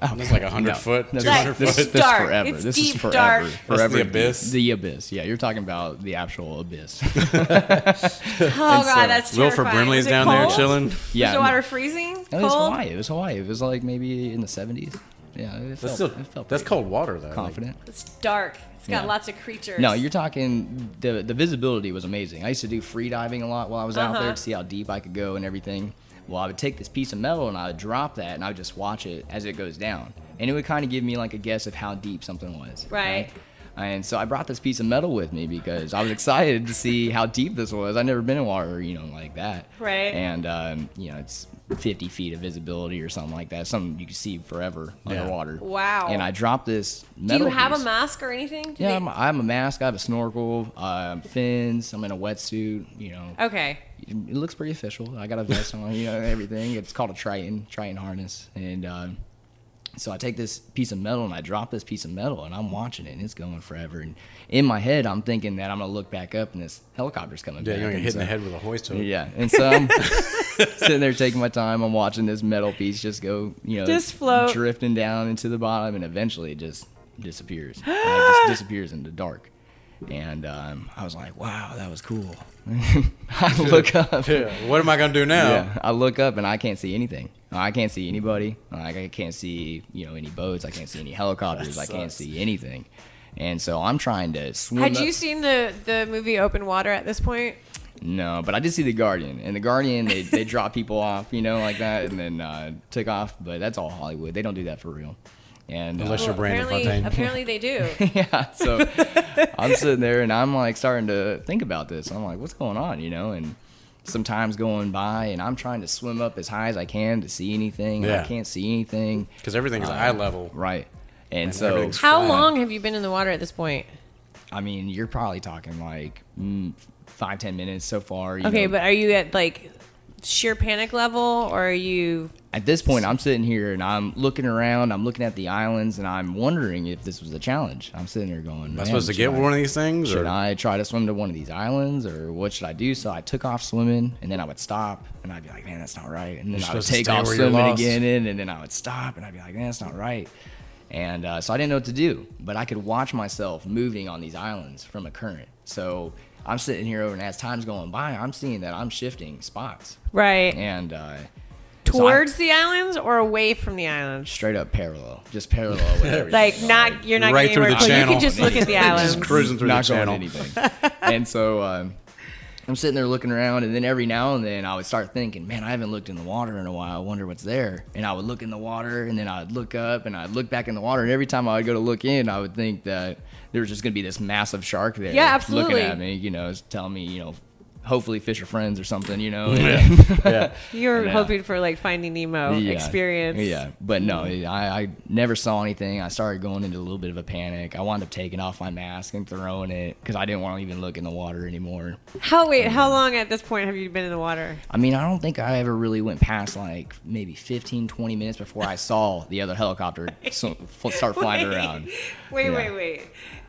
[SPEAKER 1] It's like 100 foot,
[SPEAKER 3] This-
[SPEAKER 1] 200
[SPEAKER 3] this,
[SPEAKER 1] foot.
[SPEAKER 3] this is
[SPEAKER 2] dark.
[SPEAKER 3] forever.
[SPEAKER 2] It's
[SPEAKER 3] this
[SPEAKER 2] deep,
[SPEAKER 3] is forever.
[SPEAKER 2] dark. That's
[SPEAKER 1] the
[SPEAKER 3] Forever.
[SPEAKER 1] abyss?
[SPEAKER 3] The abyss. Yeah, you're talking about the actual abyss.
[SPEAKER 2] Oh god,
[SPEAKER 3] so-
[SPEAKER 2] that's terrifying.
[SPEAKER 1] uh, Wilford Brimley's
[SPEAKER 2] Is it
[SPEAKER 1] down
[SPEAKER 2] cold?
[SPEAKER 1] there chilling.
[SPEAKER 3] yeah.
[SPEAKER 2] Is the water freezing?
[SPEAKER 3] It
[SPEAKER 2] Cold?
[SPEAKER 3] was Hawaii. It was Hawaii. It was like maybe in the 70s. Yeah, it felt,
[SPEAKER 1] That's still
[SPEAKER 3] it felt
[SPEAKER 1] that's
[SPEAKER 3] pretty
[SPEAKER 1] cold water though.
[SPEAKER 3] confident.
[SPEAKER 2] It's dark. It's got
[SPEAKER 3] Yeah.
[SPEAKER 2] lots of creatures.
[SPEAKER 3] No, you're talking the the visibility was amazing. I used to do free diving a lot while I was out there
[SPEAKER 2] Uh-huh.
[SPEAKER 3] to see how deep I could go and everything. Well, I would take this piece of metal and I would drop that and I would just watch it as it goes down, and it would kind of give me like a guess of how deep something was.
[SPEAKER 2] Right.
[SPEAKER 3] And so I brought this piece of metal with me because I was excited to see how deep this was. I'd never been in water, you know, like that.
[SPEAKER 2] Right.
[SPEAKER 3] And um, you know, it's 50 feet of visibility or something like that. Something you can see forever
[SPEAKER 1] Yeah.
[SPEAKER 3] underwater.
[SPEAKER 2] Wow.
[SPEAKER 3] And I dropped this.
[SPEAKER 2] Do
[SPEAKER 3] metal
[SPEAKER 2] you have a
[SPEAKER 3] piece.
[SPEAKER 2] mask or anything? Do
[SPEAKER 3] Yeah,
[SPEAKER 2] they-
[SPEAKER 3] I'm, I'm a mask. I have a snorkel, um, fins. I'm in a wetsuit. You know,
[SPEAKER 2] Okay.
[SPEAKER 3] it looks pretty official. I got a vest on. You know, and everything. It's called a Triton, Triton harness. And um, so I take this piece of metal and I drop this piece of metal, and I'm watching it, and it's going forever. And in my head, I'm thinking that I'm gonna look back up, and this helicopter's coming.
[SPEAKER 1] Yeah,
[SPEAKER 3] back.
[SPEAKER 1] you're gonna get hit
[SPEAKER 3] And
[SPEAKER 1] in the
[SPEAKER 3] so-
[SPEAKER 1] head with a hoist hook.
[SPEAKER 3] Yeah, and so I'm sitting there taking my time. I'm watching this metal piece just go, you know,
[SPEAKER 2] Just float.
[SPEAKER 3] drifting down into the bottom, and eventually it just disappears. Uh, it just disappears into dark. And um, I was like, "Wow, that was cool." I look up.
[SPEAKER 1] Yeah, What am I gonna do now?
[SPEAKER 3] Yeah, I look up and I can't see anything. I can't see anybody. Like I can't see, you know, any boats. I can't see any helicopters. I can't
[SPEAKER 1] sucks.
[SPEAKER 3] see anything. And so I'm trying to swim.
[SPEAKER 2] Had
[SPEAKER 3] up-
[SPEAKER 2] you seen the the movie Open Water at this point?
[SPEAKER 3] No, but I did see the Guardian, and the Guardian they they drop people off, you know, like that, and then uh, took off. But that's all Hollywood. They don't do that for real. And uh,
[SPEAKER 1] Unless you're Brandon
[SPEAKER 2] apparently,
[SPEAKER 1] Fontaine.
[SPEAKER 2] apparently they do.
[SPEAKER 3] yeah, so I'm sitting there and I'm like starting to think about this. I'm like, what's going on, you know? And some time's going by, and I'm trying to swim up as high as I can to see anything. and
[SPEAKER 1] Yeah.
[SPEAKER 3] I can't see anything.
[SPEAKER 1] Because everything's
[SPEAKER 3] Uh,
[SPEAKER 1] eye level.
[SPEAKER 3] Right. And,
[SPEAKER 1] And
[SPEAKER 3] so,
[SPEAKER 1] everything's-
[SPEAKER 2] How
[SPEAKER 1] Flat.
[SPEAKER 2] long have you been in the water at this point?
[SPEAKER 3] I mean, you're probably talking like mm, five, ten minutes so far. you
[SPEAKER 2] Okay,
[SPEAKER 3] know.
[SPEAKER 2] but are you at like sheer panic level, or are you?
[SPEAKER 3] at this point i'm sitting here and i'm looking around i'm looking at the islands and i'm wondering if this was a challenge i'm sitting there going
[SPEAKER 1] Am I supposed to get
[SPEAKER 3] I,
[SPEAKER 1] one of these things?
[SPEAKER 3] should
[SPEAKER 1] Or?
[SPEAKER 3] i try to swim to one of these islands or what should i do so i took off swimming and then i would stop and i'd be like man that's not right and then i would
[SPEAKER 1] supposed to
[SPEAKER 3] take
[SPEAKER 1] stay
[SPEAKER 3] off
[SPEAKER 1] where you're
[SPEAKER 3] swimming
[SPEAKER 1] lost.
[SPEAKER 3] again in and then i would stop and i'd be like man that's not right and uh, so i didn't know what to do but i could watch myself moving on these islands from a current so i'm sitting here over and as time's going by i'm seeing that i'm shifting spots
[SPEAKER 2] Right.
[SPEAKER 3] and uh, so I-
[SPEAKER 2] Towards the islands or away from the islands?
[SPEAKER 3] straight up parallel, just parallel with everything.
[SPEAKER 2] Like not you're not
[SPEAKER 1] Right
[SPEAKER 2] getting
[SPEAKER 1] through the
[SPEAKER 2] anywhere close. You
[SPEAKER 1] channel.
[SPEAKER 2] can just look at the islands.
[SPEAKER 1] Just cruising through
[SPEAKER 3] not
[SPEAKER 1] the
[SPEAKER 3] going
[SPEAKER 1] channel.
[SPEAKER 3] anything. and so um, I'm sitting there looking around, and then every now and then I would start thinking, man, I haven't looked in the water in a while. I wonder what's there. And I would look in the water, and then I'd look up, and I'd look back in the water, and every time I would go to look in, I would think that there was just gonna be this massive shark there.
[SPEAKER 2] Yeah, absolutely.
[SPEAKER 3] Looking at me, you know, telling me, you know, hopefully fish are friends or something, you know.
[SPEAKER 1] yeah.
[SPEAKER 2] You were
[SPEAKER 3] Yeah.
[SPEAKER 2] hoping for like Finding Nemo
[SPEAKER 3] Yeah.
[SPEAKER 2] experience.
[SPEAKER 3] Yeah, but no, I, I never saw anything. I started going into a little bit of a panic. I wound up taking off my mask and throwing it because I didn't want to even look in the water anymore.
[SPEAKER 2] How wait? How long at this point have you been in the water?
[SPEAKER 3] I mean, I don't think I ever really went past like maybe 15, 20 minutes before I saw the other helicopter so, f- start flying
[SPEAKER 2] Wait.
[SPEAKER 3] around.
[SPEAKER 2] Wait,
[SPEAKER 3] Yeah.
[SPEAKER 2] wait, wait.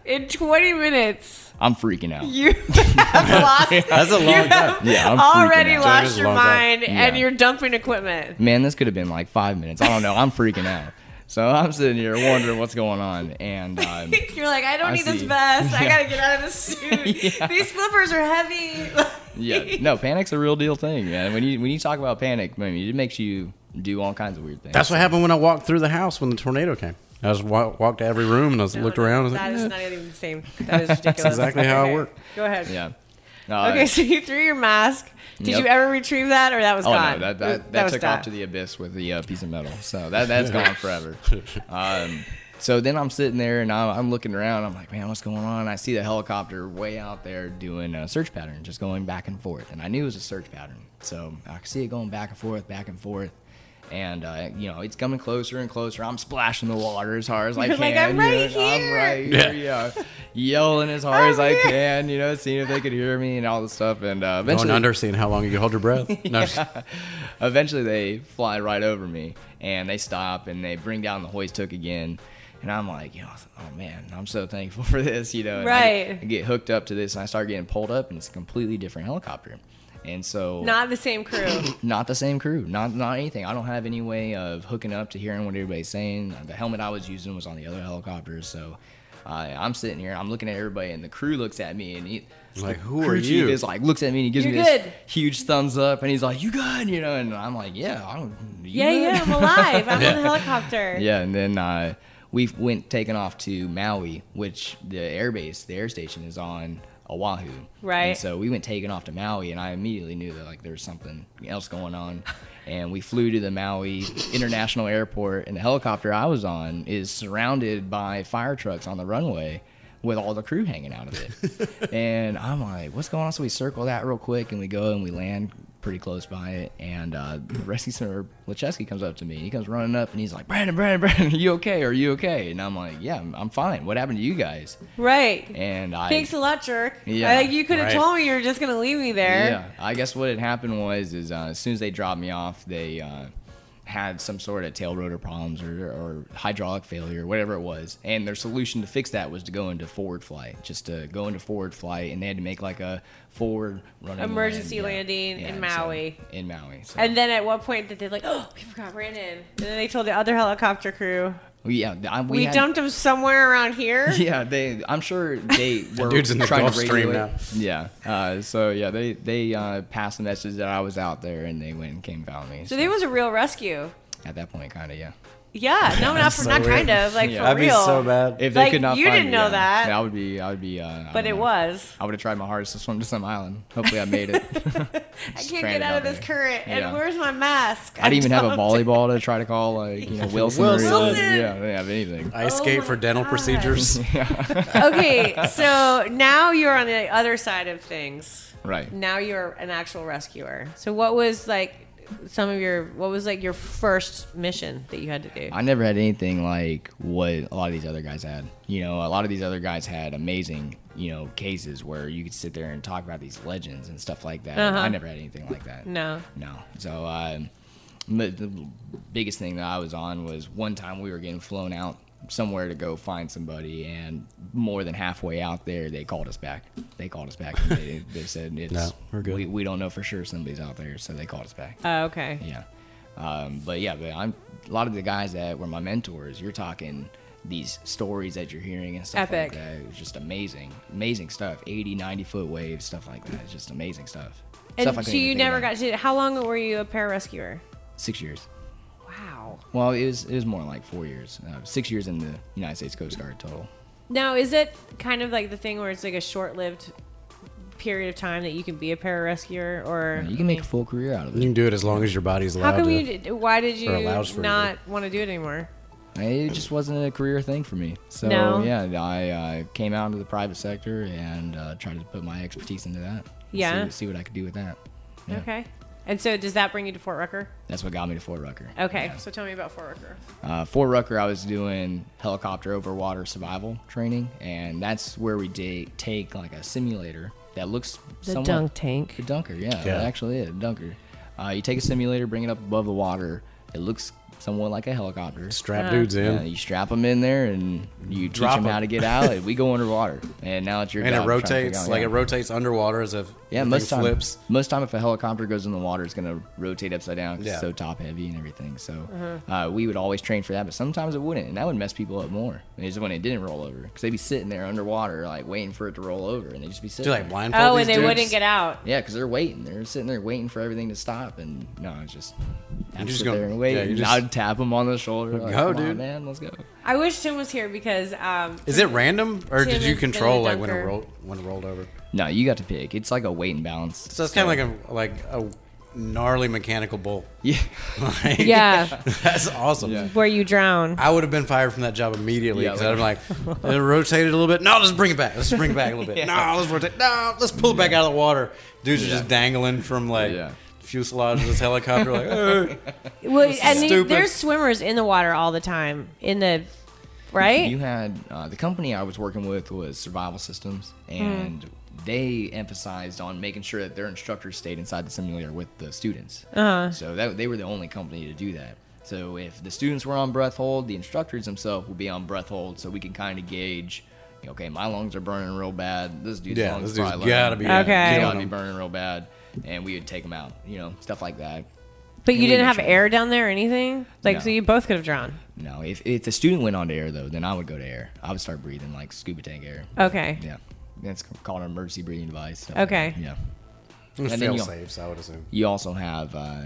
[SPEAKER 2] In 20 minutes,
[SPEAKER 3] I'm freaking out.
[SPEAKER 2] you have lost.
[SPEAKER 1] That's a long
[SPEAKER 2] you
[SPEAKER 1] time.
[SPEAKER 2] have
[SPEAKER 3] Yeah, I'm freaking
[SPEAKER 2] already
[SPEAKER 3] out.
[SPEAKER 1] That
[SPEAKER 2] lost
[SPEAKER 1] is a
[SPEAKER 2] your
[SPEAKER 1] long time.
[SPEAKER 2] mind, and
[SPEAKER 3] Yeah.
[SPEAKER 2] you're dumping equipment.
[SPEAKER 3] man, this could have been like five minutes. I don't know. I'm freaking out. So I'm sitting here wondering what's going on. And um,
[SPEAKER 2] You're like, I don't
[SPEAKER 3] I
[SPEAKER 2] need this
[SPEAKER 3] see.
[SPEAKER 2] vest. I
[SPEAKER 3] Yeah.
[SPEAKER 2] gotta get out of this suit.
[SPEAKER 3] Yeah.
[SPEAKER 2] These flippers are heavy.
[SPEAKER 3] yeah, no, panic's a real deal thing, man. When you when you talk about panic, I mean, it makes you do all kinds of weird things.
[SPEAKER 1] That's what happened when I walked through the house when the tornado came. I just wa- walked to every room and I was,
[SPEAKER 2] No,
[SPEAKER 1] looked
[SPEAKER 2] no,
[SPEAKER 1] around. And I
[SPEAKER 2] That
[SPEAKER 1] was
[SPEAKER 2] is
[SPEAKER 1] like, "Eh."
[SPEAKER 2] not even the same. That is ridiculous.
[SPEAKER 1] exactly how it
[SPEAKER 2] Okay,
[SPEAKER 1] worked.
[SPEAKER 2] Go ahead.
[SPEAKER 3] yeah. Uh,
[SPEAKER 2] Okay, so you threw your mask. Did
[SPEAKER 3] Yep.
[SPEAKER 2] you ever retrieve that, or that was
[SPEAKER 3] Oh
[SPEAKER 2] gone?
[SPEAKER 3] no, that that,
[SPEAKER 2] Uh,
[SPEAKER 3] that,
[SPEAKER 2] was
[SPEAKER 3] took
[SPEAKER 2] gone.
[SPEAKER 3] off to the abyss with the uh, piece of metal. So that that's gone forever. Um, so then I'm sitting there and I'm, I'm looking around. I'm like, man, what's going on? I see the helicopter way out there doing a search pattern, just going back and forth. And I knew it was a search pattern, so I could see it going back and forth, back and forth. And uh, you know, it's coming closer and closer. I'm splashing the water as hard as I
[SPEAKER 2] You're
[SPEAKER 3] can.
[SPEAKER 2] like, "I'm
[SPEAKER 3] you know,
[SPEAKER 2] right here."
[SPEAKER 3] I'm right here. Yeah. Yelling as hard
[SPEAKER 2] I'm
[SPEAKER 3] as I
[SPEAKER 2] here.
[SPEAKER 3] can. You know, seeing if they could hear me and all this stuff. And uh,
[SPEAKER 1] Going
[SPEAKER 3] eventually,
[SPEAKER 1] under, seeing how long you could hold your breath. No,
[SPEAKER 3] eventually they fly right over me and they stop and they bring down the hoist hook again and i'm like you know oh man i'm so thankful for this you know and I get-
[SPEAKER 2] Right.
[SPEAKER 3] I get hooked up to this and i start getting pulled up and it's a completely different helicopter and so
[SPEAKER 2] Not the same crew.
[SPEAKER 3] not the same crew, not not anything. I don't have any way of hooking up to hearing what everybody's saying. The helmet I was using was on the other helicopter, so uh, I'm sitting here, I'm looking at everybody, and the crew looks at me, and he,
[SPEAKER 1] Like,
[SPEAKER 3] the
[SPEAKER 1] who are
[SPEAKER 3] crew chief
[SPEAKER 1] you?
[SPEAKER 3] Is like looks at me and he gives
[SPEAKER 2] You
[SPEAKER 3] me
[SPEAKER 2] good?
[SPEAKER 3] this huge thumbs up, and he's like, "You good?" You know, and I'm like, "Yeah, I don't." You
[SPEAKER 2] Yeah,
[SPEAKER 3] good?"
[SPEAKER 2] yeah, I'm alive. I'm on the helicopter.
[SPEAKER 3] Yeah, and then uh, we went taken off to Maui, which the airbase, the air station is on Oahu.
[SPEAKER 2] Right.
[SPEAKER 3] And so we went taken off to Maui, and I immediately knew that like there was something else going on. And we flew to the Maui International Airport, and the helicopter I was on is surrounded by fire trucks on the runway with all the crew hanging out of it. and I'm like, what's going on? So we circle that real quick, and we go and we land pretty close by it. And uh, the rescue center, Lacheski comes up to me. and He comes running up and he's like, Brandon, Brandon, Brandon, are you okay? Are you okay? And I'm like, yeah, I'm, I'm fine. What happened to you guys?
[SPEAKER 2] Right.
[SPEAKER 3] And I,
[SPEAKER 2] Thanks a lot, jerk.
[SPEAKER 3] Yeah.
[SPEAKER 2] I, like you could have
[SPEAKER 1] Right.
[SPEAKER 2] told me you were just gonna leave me there.
[SPEAKER 3] yeah, I guess what had happened was, is uh, as soon as they dropped me off, they uh, had some sort of tail rotor problems or, or hydraulic failure, whatever it was. And their solution to fix that was to go into forward flight, just to go into forward flight, and they had to make like a forward running
[SPEAKER 2] Emergency
[SPEAKER 3] land, yeah.
[SPEAKER 2] landing in
[SPEAKER 3] so-
[SPEAKER 2] Maui.
[SPEAKER 3] in Maui. So.
[SPEAKER 2] And then at one point did they like, oh, we forgot Brandon. And then they told the other helicopter crew,
[SPEAKER 3] yeah, th- I,
[SPEAKER 2] we,
[SPEAKER 3] had-
[SPEAKER 2] dumped him somewhere around here.
[SPEAKER 3] Yeah, they. I'm sure they were
[SPEAKER 1] dude's in the
[SPEAKER 3] trying
[SPEAKER 1] Gulf
[SPEAKER 3] to
[SPEAKER 1] Stream
[SPEAKER 3] regulate- Yeah. Uh, so yeah, they they uh, passed the message that I was out there, and they went and came and found me.
[SPEAKER 2] So there was a real rescue.
[SPEAKER 3] at that point, kind of yeah.
[SPEAKER 2] Yeah, no, not for,
[SPEAKER 1] so
[SPEAKER 2] not
[SPEAKER 1] weird.
[SPEAKER 2] kind of like
[SPEAKER 3] Yeah.
[SPEAKER 2] for
[SPEAKER 1] That'd be
[SPEAKER 2] real.
[SPEAKER 1] so bad.
[SPEAKER 3] If they
[SPEAKER 2] Like,
[SPEAKER 3] could not,
[SPEAKER 2] you
[SPEAKER 3] find
[SPEAKER 2] didn't
[SPEAKER 3] me,
[SPEAKER 2] know
[SPEAKER 3] yeah,
[SPEAKER 2] that.
[SPEAKER 3] I would be. I would be. Uh, I
[SPEAKER 2] But
[SPEAKER 3] don't
[SPEAKER 2] it
[SPEAKER 3] know.
[SPEAKER 2] was.
[SPEAKER 3] I would have tried my hardest to swim to some island. Hopefully, I made it.
[SPEAKER 2] I can't get out of this current. And
[SPEAKER 3] Yeah.
[SPEAKER 2] where's my mask?
[SPEAKER 3] I didn't even have a
[SPEAKER 2] dumped-
[SPEAKER 3] volleyball to try to call, like you know, Wilson. or
[SPEAKER 1] Wilson.
[SPEAKER 3] anything.
[SPEAKER 2] Wilson.
[SPEAKER 3] Yeah, I didn't have anything.
[SPEAKER 1] Ice
[SPEAKER 2] Oh
[SPEAKER 1] skate
[SPEAKER 2] my
[SPEAKER 1] for dental
[SPEAKER 2] God.
[SPEAKER 1] procedures.
[SPEAKER 2] okay, so now you're on the other side of things.
[SPEAKER 3] Right.
[SPEAKER 2] Now you're an actual rescuer. So what was like some of your what was like your first mission that you had to do?
[SPEAKER 3] I never had anything like what a lot of these other guys had. You know, a lot of these other guys had amazing, you know, cases where you could sit there and talk about these legends and stuff like that.
[SPEAKER 2] Uh-huh.
[SPEAKER 3] I never had anything like that.
[SPEAKER 2] No.
[SPEAKER 3] No. So uh, the, the biggest thing that I was on was one time we were getting flown out somewhere to go find somebody, and more than halfway out there, they called us back. They called us back. And they, they said, it's,
[SPEAKER 1] No, we're good.
[SPEAKER 3] We, we don't know for sure somebody's out there, so they called us back.
[SPEAKER 2] Oh, okay.
[SPEAKER 3] Yeah. Um, but yeah, but I'm a lot of the guys that were my mentors. You're talking these stories that you're hearing and stuff
[SPEAKER 2] Epic.
[SPEAKER 3] like that. It was just amazing, amazing stuff. 80, 90 foot waves, stuff like that. It's just amazing stuff.
[SPEAKER 2] And
[SPEAKER 3] stuff I
[SPEAKER 2] so
[SPEAKER 3] couldn't
[SPEAKER 2] you
[SPEAKER 3] even think
[SPEAKER 2] never
[SPEAKER 3] about.
[SPEAKER 2] got to how long were you a pararescuer?
[SPEAKER 3] six years.
[SPEAKER 2] Wow.
[SPEAKER 3] Well, it was it was more like four years. Uh, six years in the United States Coast Guard total.
[SPEAKER 2] Now is it kind of like the thing where it's like a short lived period of time that you can be a pararescuer or
[SPEAKER 3] You can make a full career out of
[SPEAKER 1] You
[SPEAKER 3] it.
[SPEAKER 1] can do it as long as your body's allowed
[SPEAKER 2] how come
[SPEAKER 1] to.
[SPEAKER 2] you did, why did you
[SPEAKER 1] allows for you to-
[SPEAKER 2] not want to do it anymore?
[SPEAKER 3] it just wasn't a career thing for me. So
[SPEAKER 2] No.
[SPEAKER 3] yeah, I uh, came out into the private sector and uh, tried to put my expertise into that.
[SPEAKER 2] Yeah.
[SPEAKER 3] See, see what I could do with that. Yeah.
[SPEAKER 2] Okay. And so, does that bring you to Fort Rucker?
[SPEAKER 3] That's what got me to Fort Rucker.
[SPEAKER 2] Okay. So, tell me about Fort Rucker.
[SPEAKER 3] Uh, Fort Rucker, I was doing helicopter over water survival training, and that's where we da- take like a simulator that looks
[SPEAKER 2] The
[SPEAKER 3] somewhat-
[SPEAKER 2] dunk tank.
[SPEAKER 3] The dunker, yeah,
[SPEAKER 1] Yeah.
[SPEAKER 3] It actually is a dunker. Uh, you take a simulator, bring it up above the water. It looks somewhat like a helicopter.
[SPEAKER 1] Strap
[SPEAKER 2] uh,
[SPEAKER 1] dudes in.
[SPEAKER 3] Yeah, you strap them in there and you teach
[SPEAKER 1] Drop
[SPEAKER 3] them how
[SPEAKER 1] 'em.
[SPEAKER 3] to get out. and we go underwater, and now it's your
[SPEAKER 1] and it
[SPEAKER 3] job to try and figure
[SPEAKER 1] rotates
[SPEAKER 3] out-
[SPEAKER 1] like
[SPEAKER 3] yeah.
[SPEAKER 1] it rotates underwater as if
[SPEAKER 3] Yeah,
[SPEAKER 1] the
[SPEAKER 3] most
[SPEAKER 1] thing
[SPEAKER 3] time,
[SPEAKER 1] flips.
[SPEAKER 3] most time if a helicopter goes in the water, it's gonna rotate upside down. 'cause
[SPEAKER 1] Yeah.
[SPEAKER 3] It's so top heavy and everything. So uh, we would always train for that, but sometimes it wouldn't, and that would mess people up more. And it's when it didn't roll over, because they'd be sitting there underwater, like waiting for it to roll over, and they'd just be
[SPEAKER 1] Do
[SPEAKER 3] sitting.
[SPEAKER 1] you, like
[SPEAKER 3] there.
[SPEAKER 1] blindfold
[SPEAKER 2] Oh,
[SPEAKER 1] these
[SPEAKER 2] and they
[SPEAKER 1] dudes?
[SPEAKER 2] wouldn't get out.
[SPEAKER 3] Yeah, because they're waiting. They're sitting there waiting for everything to stop, and no, it's just. I'm
[SPEAKER 1] just
[SPEAKER 3] just
[SPEAKER 1] gonna-
[SPEAKER 3] there and wait.
[SPEAKER 1] yeah, you
[SPEAKER 3] and
[SPEAKER 1] just-
[SPEAKER 3] I'd tap him on the shoulder. Like,
[SPEAKER 1] Go,
[SPEAKER 3] Come on,
[SPEAKER 1] dude."
[SPEAKER 3] man, let's go.
[SPEAKER 2] I wish Tim was here because um,
[SPEAKER 1] Is it random or
[SPEAKER 2] Tim
[SPEAKER 1] did you
[SPEAKER 2] has been a
[SPEAKER 1] control like when it
[SPEAKER 2] dunker.
[SPEAKER 1] rolled when it rolled over?
[SPEAKER 3] No, you got to pick. It's like a weight and balance.
[SPEAKER 1] So it's kind of like a like a gnarly mechanical bull.
[SPEAKER 3] yeah.
[SPEAKER 1] Like,
[SPEAKER 2] Yeah.
[SPEAKER 1] that's awesome.
[SPEAKER 3] Yeah.
[SPEAKER 2] where you drown.
[SPEAKER 1] I would have been fired from that job immediately
[SPEAKER 3] Yeah,
[SPEAKER 1] because I'd have been like, it rotated a little bit. No, let's bring it back. Let's bring it back a little bit. No, let's rotate. No, let's pull it back out of the water. Dudes are
[SPEAKER 3] Yeah.
[SPEAKER 1] just dangling from like
[SPEAKER 3] Yeah.
[SPEAKER 1] fuselage of this helicopter. Like, "Hey."
[SPEAKER 2] Well, and the,
[SPEAKER 1] stupid.
[SPEAKER 2] there's swimmers in the water all the time. In the right?
[SPEAKER 3] You had uh, the company I was working with was Survival Systems, and they emphasized on making sure that their instructors stayed inside the simulator with the students. Uh-huh. So that, they were the only company to do that. So if the students were on breath hold, the instructors themselves will be on breath hold, so we can kind of gauge. Okay, my lungs are burning real bad. This dude's
[SPEAKER 1] Yeah,
[SPEAKER 3] lungs
[SPEAKER 1] this dude's
[SPEAKER 3] probably
[SPEAKER 1] gotta be
[SPEAKER 2] Okay. killing
[SPEAKER 3] gotta be
[SPEAKER 1] him.
[SPEAKER 3] burning real bad, and we would take them out. You know, stuff like that.
[SPEAKER 2] but you
[SPEAKER 3] we
[SPEAKER 2] didn't have
[SPEAKER 3] make sure-
[SPEAKER 2] air down there or anything. Like so,
[SPEAKER 3] No.
[SPEAKER 2] you both could have drowned.
[SPEAKER 3] No, if if the student went on to air though, then I would go to air. I would start breathing like scuba tank air.
[SPEAKER 2] Okay.
[SPEAKER 3] Yeah. That's c- called an emergency breathing device. stuff
[SPEAKER 2] Okay.
[SPEAKER 3] Like that. yeah.
[SPEAKER 1] It
[SPEAKER 3] then
[SPEAKER 1] fail
[SPEAKER 3] you'll-
[SPEAKER 1] safes, I would assume.
[SPEAKER 3] You also have uh,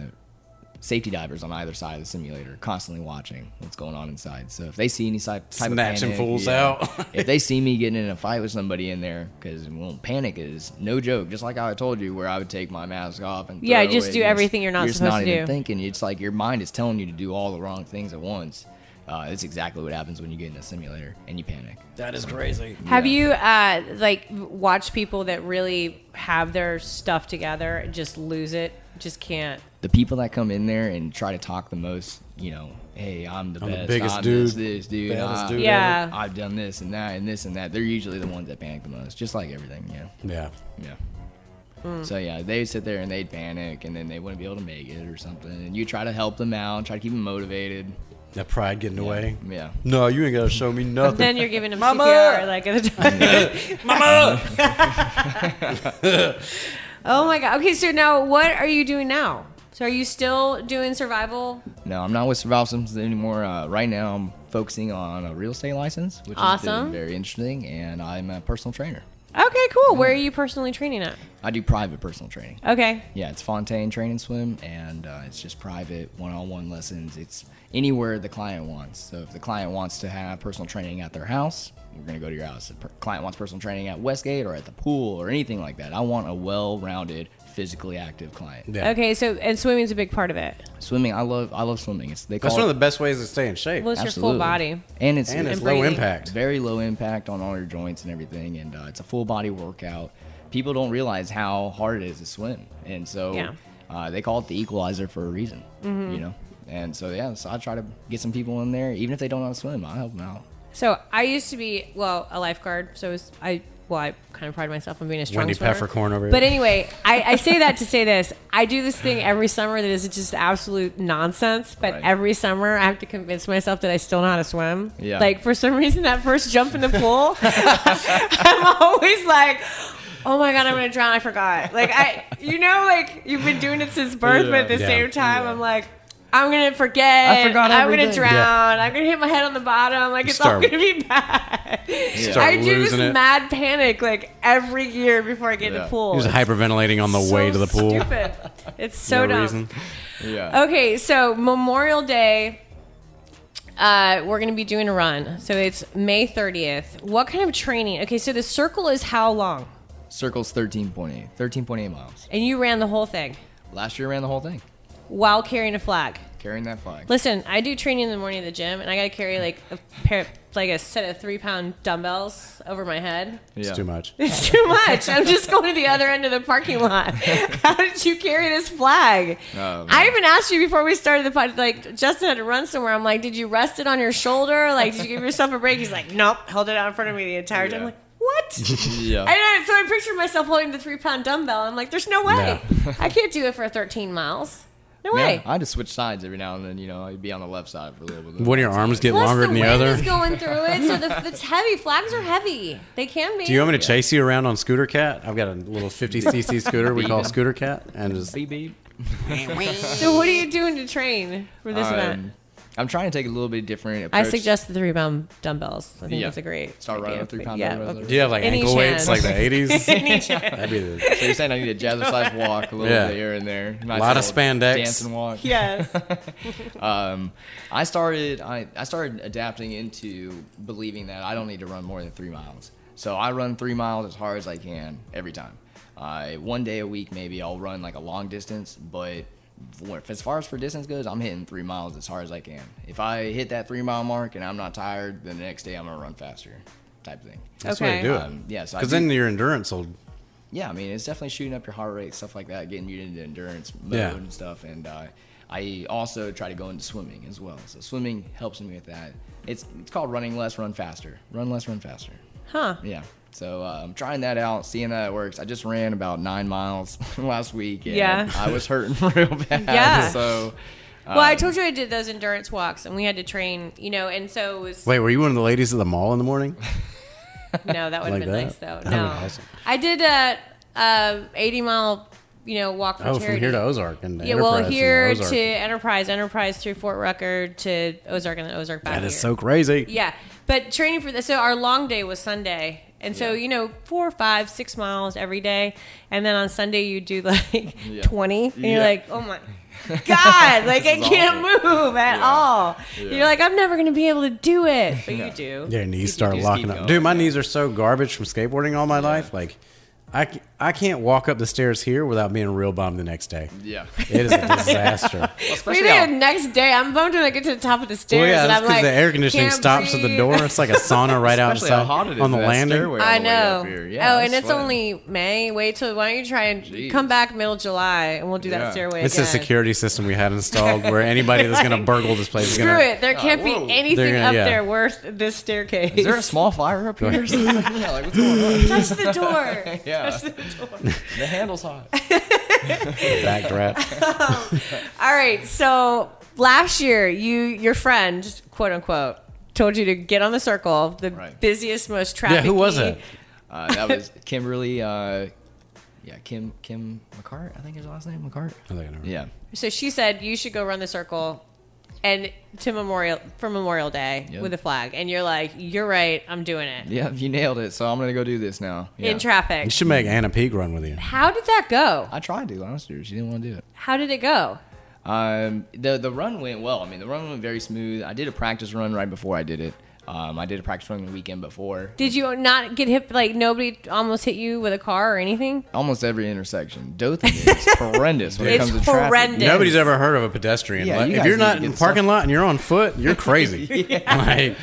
[SPEAKER 3] safety divers on either side of the simulator constantly watching what's going on inside. So if they see any type, type
[SPEAKER 1] Snatching
[SPEAKER 3] of panic,
[SPEAKER 1] fools out.
[SPEAKER 3] if they see me getting in a fight with somebody in there, because well, panic is no joke. Just like I told you, where I would take my mask off and
[SPEAKER 2] Yeah,
[SPEAKER 3] throw
[SPEAKER 2] just
[SPEAKER 3] it,
[SPEAKER 2] do everything you're not
[SPEAKER 3] you're just
[SPEAKER 2] supposed
[SPEAKER 3] not
[SPEAKER 2] to
[SPEAKER 3] even
[SPEAKER 2] do.
[SPEAKER 3] Thinking it's like your mind is telling you to do all the wrong things at once. Uh, it's exactly what happens when you get in a simulator and you panic.
[SPEAKER 1] That is crazy.
[SPEAKER 2] Have you uh, like watched people that really have their stuff together and just lose it? Just can't.
[SPEAKER 3] the people that come in there and try to talk the most, you know, hey, I'm the
[SPEAKER 1] I'm the
[SPEAKER 3] best,
[SPEAKER 1] biggest
[SPEAKER 3] I'm
[SPEAKER 1] dude,
[SPEAKER 3] this, this dude,
[SPEAKER 1] baddest
[SPEAKER 3] I,
[SPEAKER 1] dude
[SPEAKER 2] Yeah. ever."
[SPEAKER 3] I've done this and that and this and that. They're usually the ones that panic the most, just like everything, you know.
[SPEAKER 1] Yeah.
[SPEAKER 3] Yeah.
[SPEAKER 2] Hmm.
[SPEAKER 3] So yeah, they'd sit there and they'd panic, and then they wouldn't be able to make it or something. And you try to help them out, try to keep them motivated.
[SPEAKER 1] That pride getting away.
[SPEAKER 3] Yeah.
[SPEAKER 1] No, you ain't got to show me nothing.
[SPEAKER 2] Then you're giving them
[SPEAKER 1] Mama!
[SPEAKER 2] CPR like at the time.
[SPEAKER 1] Mama!
[SPEAKER 2] oh my god. Okay, so now what are you doing now? So are you still doing survival?
[SPEAKER 3] No, I'm not with Survival Systems anymore. Uh, right now, I'm focusing on a real estate license, which
[SPEAKER 2] Awesome.
[SPEAKER 3] is very interesting, and I'm a personal trainer.
[SPEAKER 2] Okay, cool. Where are you personally training at?
[SPEAKER 3] I do private personal training.
[SPEAKER 2] Okay.
[SPEAKER 3] Yeah, it's Fontaine Train and Swim, and uh, it's just private one-on-one lessons. It's anywhere the client wants. So if the client wants to have personal training at their house, we're gonna go to your house. If the client wants personal training at Westgate or at the pool or anything like that, I want a well-rounded, physically active client.
[SPEAKER 1] Yeah.
[SPEAKER 2] Okay, so and swimming's a big part of it.
[SPEAKER 3] Swimming, I love. I love swimming. It's they call
[SPEAKER 1] That's one of
[SPEAKER 3] it,
[SPEAKER 1] the best ways to stay in shape.
[SPEAKER 2] Well, it's your full
[SPEAKER 3] Absolutely.
[SPEAKER 2] body.
[SPEAKER 3] and it's
[SPEAKER 1] and it's
[SPEAKER 2] and
[SPEAKER 1] low
[SPEAKER 2] breathing.
[SPEAKER 1] impact.
[SPEAKER 3] Very low impact on all your joints and everything, and uh, it's a full body workout. People don't realize how hard it is to swim, and so
[SPEAKER 2] Yeah. Mm-hmm.
[SPEAKER 3] uh, they call it the equalizer for a reason, you know. And so yeah, so I try to get some people in there, even if they don't know how to swim, I help them out.
[SPEAKER 2] So I used to be well a lifeguard. So was, I well I kind of pride myself on being a strong
[SPEAKER 1] Wendy
[SPEAKER 2] swimmer.
[SPEAKER 1] Peppercorn over here.
[SPEAKER 2] But anyway, I, I say that to say this: I do this thing every summer that is just absolute nonsense. But
[SPEAKER 3] Right.
[SPEAKER 2] every summer, I have to convince myself that I still know how to swim.
[SPEAKER 3] Yeah.
[SPEAKER 2] Like for some reason, that first jump in the pool, I'm always like. Oh my god, I'm gonna drown! I forgot. Like I, you know, like you've been doing it since birth, but at the
[SPEAKER 1] Yeah.
[SPEAKER 2] same time, I'm like, I'm gonna forget. I
[SPEAKER 3] forgot
[SPEAKER 2] I'm gonna
[SPEAKER 3] everything.
[SPEAKER 2] drown.
[SPEAKER 3] Yeah.
[SPEAKER 2] I'm gonna hit my head on the bottom. Like
[SPEAKER 1] You
[SPEAKER 2] it's all
[SPEAKER 1] start-
[SPEAKER 2] gonna be bad.
[SPEAKER 1] start
[SPEAKER 2] I do this
[SPEAKER 1] losing it.
[SPEAKER 2] mad panic like every year before I get in the
[SPEAKER 3] Yeah.
[SPEAKER 2] pool.
[SPEAKER 1] He was hyperventilating on the
[SPEAKER 2] It's
[SPEAKER 1] way
[SPEAKER 2] so
[SPEAKER 1] to the pool.
[SPEAKER 2] Stupid. It's so
[SPEAKER 1] No
[SPEAKER 2] dumb.
[SPEAKER 1] reason.
[SPEAKER 3] Yeah.
[SPEAKER 2] Okay, so Memorial Day, uh, we're gonna be doing a run. So it's May 30th. What kind of training? Okay, so the circle is how long?
[SPEAKER 3] Circles 13.8, 13.8 miles.
[SPEAKER 2] And you ran the whole thing
[SPEAKER 3] Last year I ran the whole thing.
[SPEAKER 2] while carrying a flag.
[SPEAKER 3] carrying that flag.
[SPEAKER 2] Listen, I do training in the morning at the gym, and I got to carry like a pair, like a set of three pound dumbbells over my head.
[SPEAKER 1] It's
[SPEAKER 3] Yeah.
[SPEAKER 1] too much.
[SPEAKER 2] It's too much. I'm just going to the other end of the parking lot. How did you carry this flag?
[SPEAKER 3] Oh, man.
[SPEAKER 2] I even asked you before we started the pod. Like Justin had to run somewhere. I'm like, did you rest it on your shoulder? Like, did you give yourself a break? He's like, nope. Held it out in front of me the entire time. I'm
[SPEAKER 3] Yeah.
[SPEAKER 2] like, what?
[SPEAKER 3] Yeah.
[SPEAKER 2] I know. So I pictured myself holding the three pound dumbbell. I'm like, there's no way. I can't do it for 13 miles. No
[SPEAKER 3] Yeah,
[SPEAKER 2] way.
[SPEAKER 3] I had to switch sides every now and then. You know, I'd be on the left side for a little bit.
[SPEAKER 1] One of your arms get
[SPEAKER 2] Plus,
[SPEAKER 1] longer
[SPEAKER 2] the
[SPEAKER 1] than the
[SPEAKER 2] wind
[SPEAKER 1] other.
[SPEAKER 2] is going through it, so the, it's heavy. Flags are heavy. They can be.
[SPEAKER 1] Do you want me to chase you around on Scooter Cat? I've got a little 50cc scooter we call
[SPEAKER 3] Beat 'em.
[SPEAKER 1] Scooter Cat, and just
[SPEAKER 3] Beep, beep.
[SPEAKER 2] so what are you doing to train for this event?
[SPEAKER 3] Um, I'm trying to take a little bit different
[SPEAKER 2] I
[SPEAKER 3] approach.
[SPEAKER 2] suggest the three pound dumbbells. I think
[SPEAKER 3] Yeah.
[SPEAKER 2] that's a great.
[SPEAKER 3] Start right
[SPEAKER 2] idea.
[SPEAKER 3] on three pound
[SPEAKER 2] Yeah.
[SPEAKER 3] dumbbells.
[SPEAKER 2] Okay.
[SPEAKER 1] do you have like
[SPEAKER 2] Any
[SPEAKER 1] ankle weights like
[SPEAKER 2] chance.
[SPEAKER 1] the 80s?
[SPEAKER 2] Any chance.
[SPEAKER 1] That'd be the,
[SPEAKER 3] So you're saying I need a jazzercise walk a little
[SPEAKER 1] Yeah.
[SPEAKER 3] bit here and there. Nice
[SPEAKER 1] Lot of
[SPEAKER 3] little
[SPEAKER 1] spandex.
[SPEAKER 3] Dancing walk.
[SPEAKER 2] Yes.
[SPEAKER 3] Um, I started I, I started adapting into believing that I don't need to run more than three miles. So I run three miles as hard as I can every time. Uh, one day a week maybe I'll run like a long distance, but for- as far as for distance goes, I'm hitting three miles as hard as I can. If I hit that three mile mark and I'm not tired, then the next day I'm gonna run faster, type thing.
[SPEAKER 1] that's the way
[SPEAKER 2] Okay.
[SPEAKER 1] to do it.
[SPEAKER 3] Um, yeah, so I
[SPEAKER 1] Because
[SPEAKER 3] do-
[SPEAKER 1] then your endurance will.
[SPEAKER 3] yeah, I mean, it's definitely shooting up your heart rate, stuff like that, getting you into endurance mode
[SPEAKER 1] Yeah.
[SPEAKER 3] and stuff. And uh, I also try to go into swimming as well. So swimming helps me with that. It's it's called running less, run faster. Run less, run faster.
[SPEAKER 2] Huh.
[SPEAKER 3] Yeah. So uh, I'm trying that out, seeing how it works. I just ran about nine miles last week. And
[SPEAKER 2] Yeah.
[SPEAKER 3] I was hurting real bad.
[SPEAKER 2] Yeah.
[SPEAKER 3] So.
[SPEAKER 2] Well,
[SPEAKER 1] Um,
[SPEAKER 2] I told you I did those endurance walks, and we had to train. You know, and so it was.
[SPEAKER 1] Wait, were you one of the ladies at the mall in the morning?
[SPEAKER 2] No, that would
[SPEAKER 1] Like
[SPEAKER 2] have been
[SPEAKER 1] that?
[SPEAKER 2] nice though.
[SPEAKER 1] That
[SPEAKER 2] No,
[SPEAKER 1] would've been awesome.
[SPEAKER 2] I did a, a eighty mile, you know, walk for
[SPEAKER 1] Oh,
[SPEAKER 2] charity.
[SPEAKER 1] from here to Ozark and
[SPEAKER 2] yeah,
[SPEAKER 1] Enterprise
[SPEAKER 2] well,
[SPEAKER 1] and
[SPEAKER 2] here
[SPEAKER 1] Ozark.
[SPEAKER 2] to Enterprise, Enterprise through Fort Rucker to Ozark, and then Ozark back
[SPEAKER 1] That is
[SPEAKER 2] here.
[SPEAKER 1] so crazy.
[SPEAKER 2] Yeah, but training for this. So our long day was Sunday, and so
[SPEAKER 3] Yeah.
[SPEAKER 2] you know four, five, six miles every day, and then on Sunday you do like
[SPEAKER 3] Yeah.
[SPEAKER 2] twenty, and you're
[SPEAKER 3] Yeah.
[SPEAKER 2] like, oh my god, like I
[SPEAKER 3] is
[SPEAKER 2] can't move at
[SPEAKER 3] Yeah.
[SPEAKER 2] all.
[SPEAKER 3] Yeah.
[SPEAKER 2] You're like, I'm never gonna be able to do it, but you
[SPEAKER 3] Yeah.
[SPEAKER 2] do.
[SPEAKER 1] Their knees start
[SPEAKER 3] just
[SPEAKER 1] locking
[SPEAKER 3] keep
[SPEAKER 1] up.
[SPEAKER 3] going,
[SPEAKER 1] Dude, my
[SPEAKER 3] yeah.
[SPEAKER 1] knees are so garbage from skateboarding all my life. Like, I, c- I can't walk up the stairs here without being real bummed the next day.
[SPEAKER 3] Yeah.
[SPEAKER 1] It is a disaster.
[SPEAKER 2] We
[SPEAKER 3] Especially uh,
[SPEAKER 2] did
[SPEAKER 3] how-
[SPEAKER 2] the next day. I'm bummed when I get to the top of the stairs.
[SPEAKER 1] well, yeah,
[SPEAKER 2] and
[SPEAKER 1] that's
[SPEAKER 2] I'm
[SPEAKER 1] because
[SPEAKER 2] like,
[SPEAKER 1] the air conditioning
[SPEAKER 2] can't
[SPEAKER 1] stops at the
[SPEAKER 2] breathe. Oh
[SPEAKER 1] door. It's like a sauna right
[SPEAKER 3] especially how
[SPEAKER 1] outside
[SPEAKER 3] hot it is
[SPEAKER 1] on the
[SPEAKER 3] in that
[SPEAKER 1] landing.
[SPEAKER 3] stairway all
[SPEAKER 2] I
[SPEAKER 3] the way up
[SPEAKER 2] know.
[SPEAKER 3] here. Yeah,
[SPEAKER 2] oh,
[SPEAKER 3] I'm
[SPEAKER 2] and it's
[SPEAKER 3] sweating.
[SPEAKER 2] only May. Wait till why don't you try and
[SPEAKER 3] Jeez.
[SPEAKER 2] come back middle July and we'll do
[SPEAKER 3] Yeah.
[SPEAKER 2] that stairway
[SPEAKER 1] It's a
[SPEAKER 2] again.
[SPEAKER 1] security system we had installed where anybody that's going to burgle this place is
[SPEAKER 2] Screw
[SPEAKER 1] going to.
[SPEAKER 2] it. There can't
[SPEAKER 3] Oh, whoa.
[SPEAKER 2] be anything
[SPEAKER 1] They're gonna-
[SPEAKER 2] up
[SPEAKER 1] yeah.
[SPEAKER 2] there worth this staircase.
[SPEAKER 3] Is there a small fire up here? or something? yeah, like what's going on?
[SPEAKER 2] Touch the door.
[SPEAKER 3] Yeah.
[SPEAKER 2] Touch the door.
[SPEAKER 3] The handle's hot.
[SPEAKER 1] Backdraft.
[SPEAKER 2] All right. So last year, you your friend, quote unquote, told you to get on the circle, the
[SPEAKER 3] Right.
[SPEAKER 2] busiest, most
[SPEAKER 1] Yeah,
[SPEAKER 2] traffic.
[SPEAKER 1] who was it?
[SPEAKER 3] Uh, that was Kimberly. Uh, yeah, Kim Kim McCart. I think is her last name McCart.
[SPEAKER 1] I think I know.
[SPEAKER 3] Yeah,
[SPEAKER 2] So she said you should go run the circle, and to memorial for Memorial Day
[SPEAKER 3] Yeah.
[SPEAKER 2] with a flag. And you're like, you're right. I'm doing it
[SPEAKER 3] yeah, you nailed it. So I'm gonna go do this now. Yeah.
[SPEAKER 2] in traffic.
[SPEAKER 1] You should make Anna Peak run with you.
[SPEAKER 2] How did that go?
[SPEAKER 3] I tried to last year. She didn't want to do it.
[SPEAKER 2] How did it go?
[SPEAKER 3] Um, the the run went well. I mean, the run went very smooth. I did a practice run right before I did it. Um, I did a practice run the weekend before.
[SPEAKER 2] Did you not get hit? Like nobody almost hit you with a car or anything?
[SPEAKER 3] Almost every intersection. Dothan is horrendous when it
[SPEAKER 2] It's
[SPEAKER 3] comes to traffic.
[SPEAKER 2] horrendous.
[SPEAKER 1] Nobody's ever heard of a pedestrian.
[SPEAKER 3] Yeah,
[SPEAKER 1] Like,
[SPEAKER 3] you
[SPEAKER 1] if
[SPEAKER 3] guys
[SPEAKER 1] you're
[SPEAKER 3] need
[SPEAKER 1] not
[SPEAKER 3] to
[SPEAKER 1] in
[SPEAKER 3] get
[SPEAKER 1] the parking
[SPEAKER 3] some-
[SPEAKER 1] lot and you're on foot, you're crazy. Like,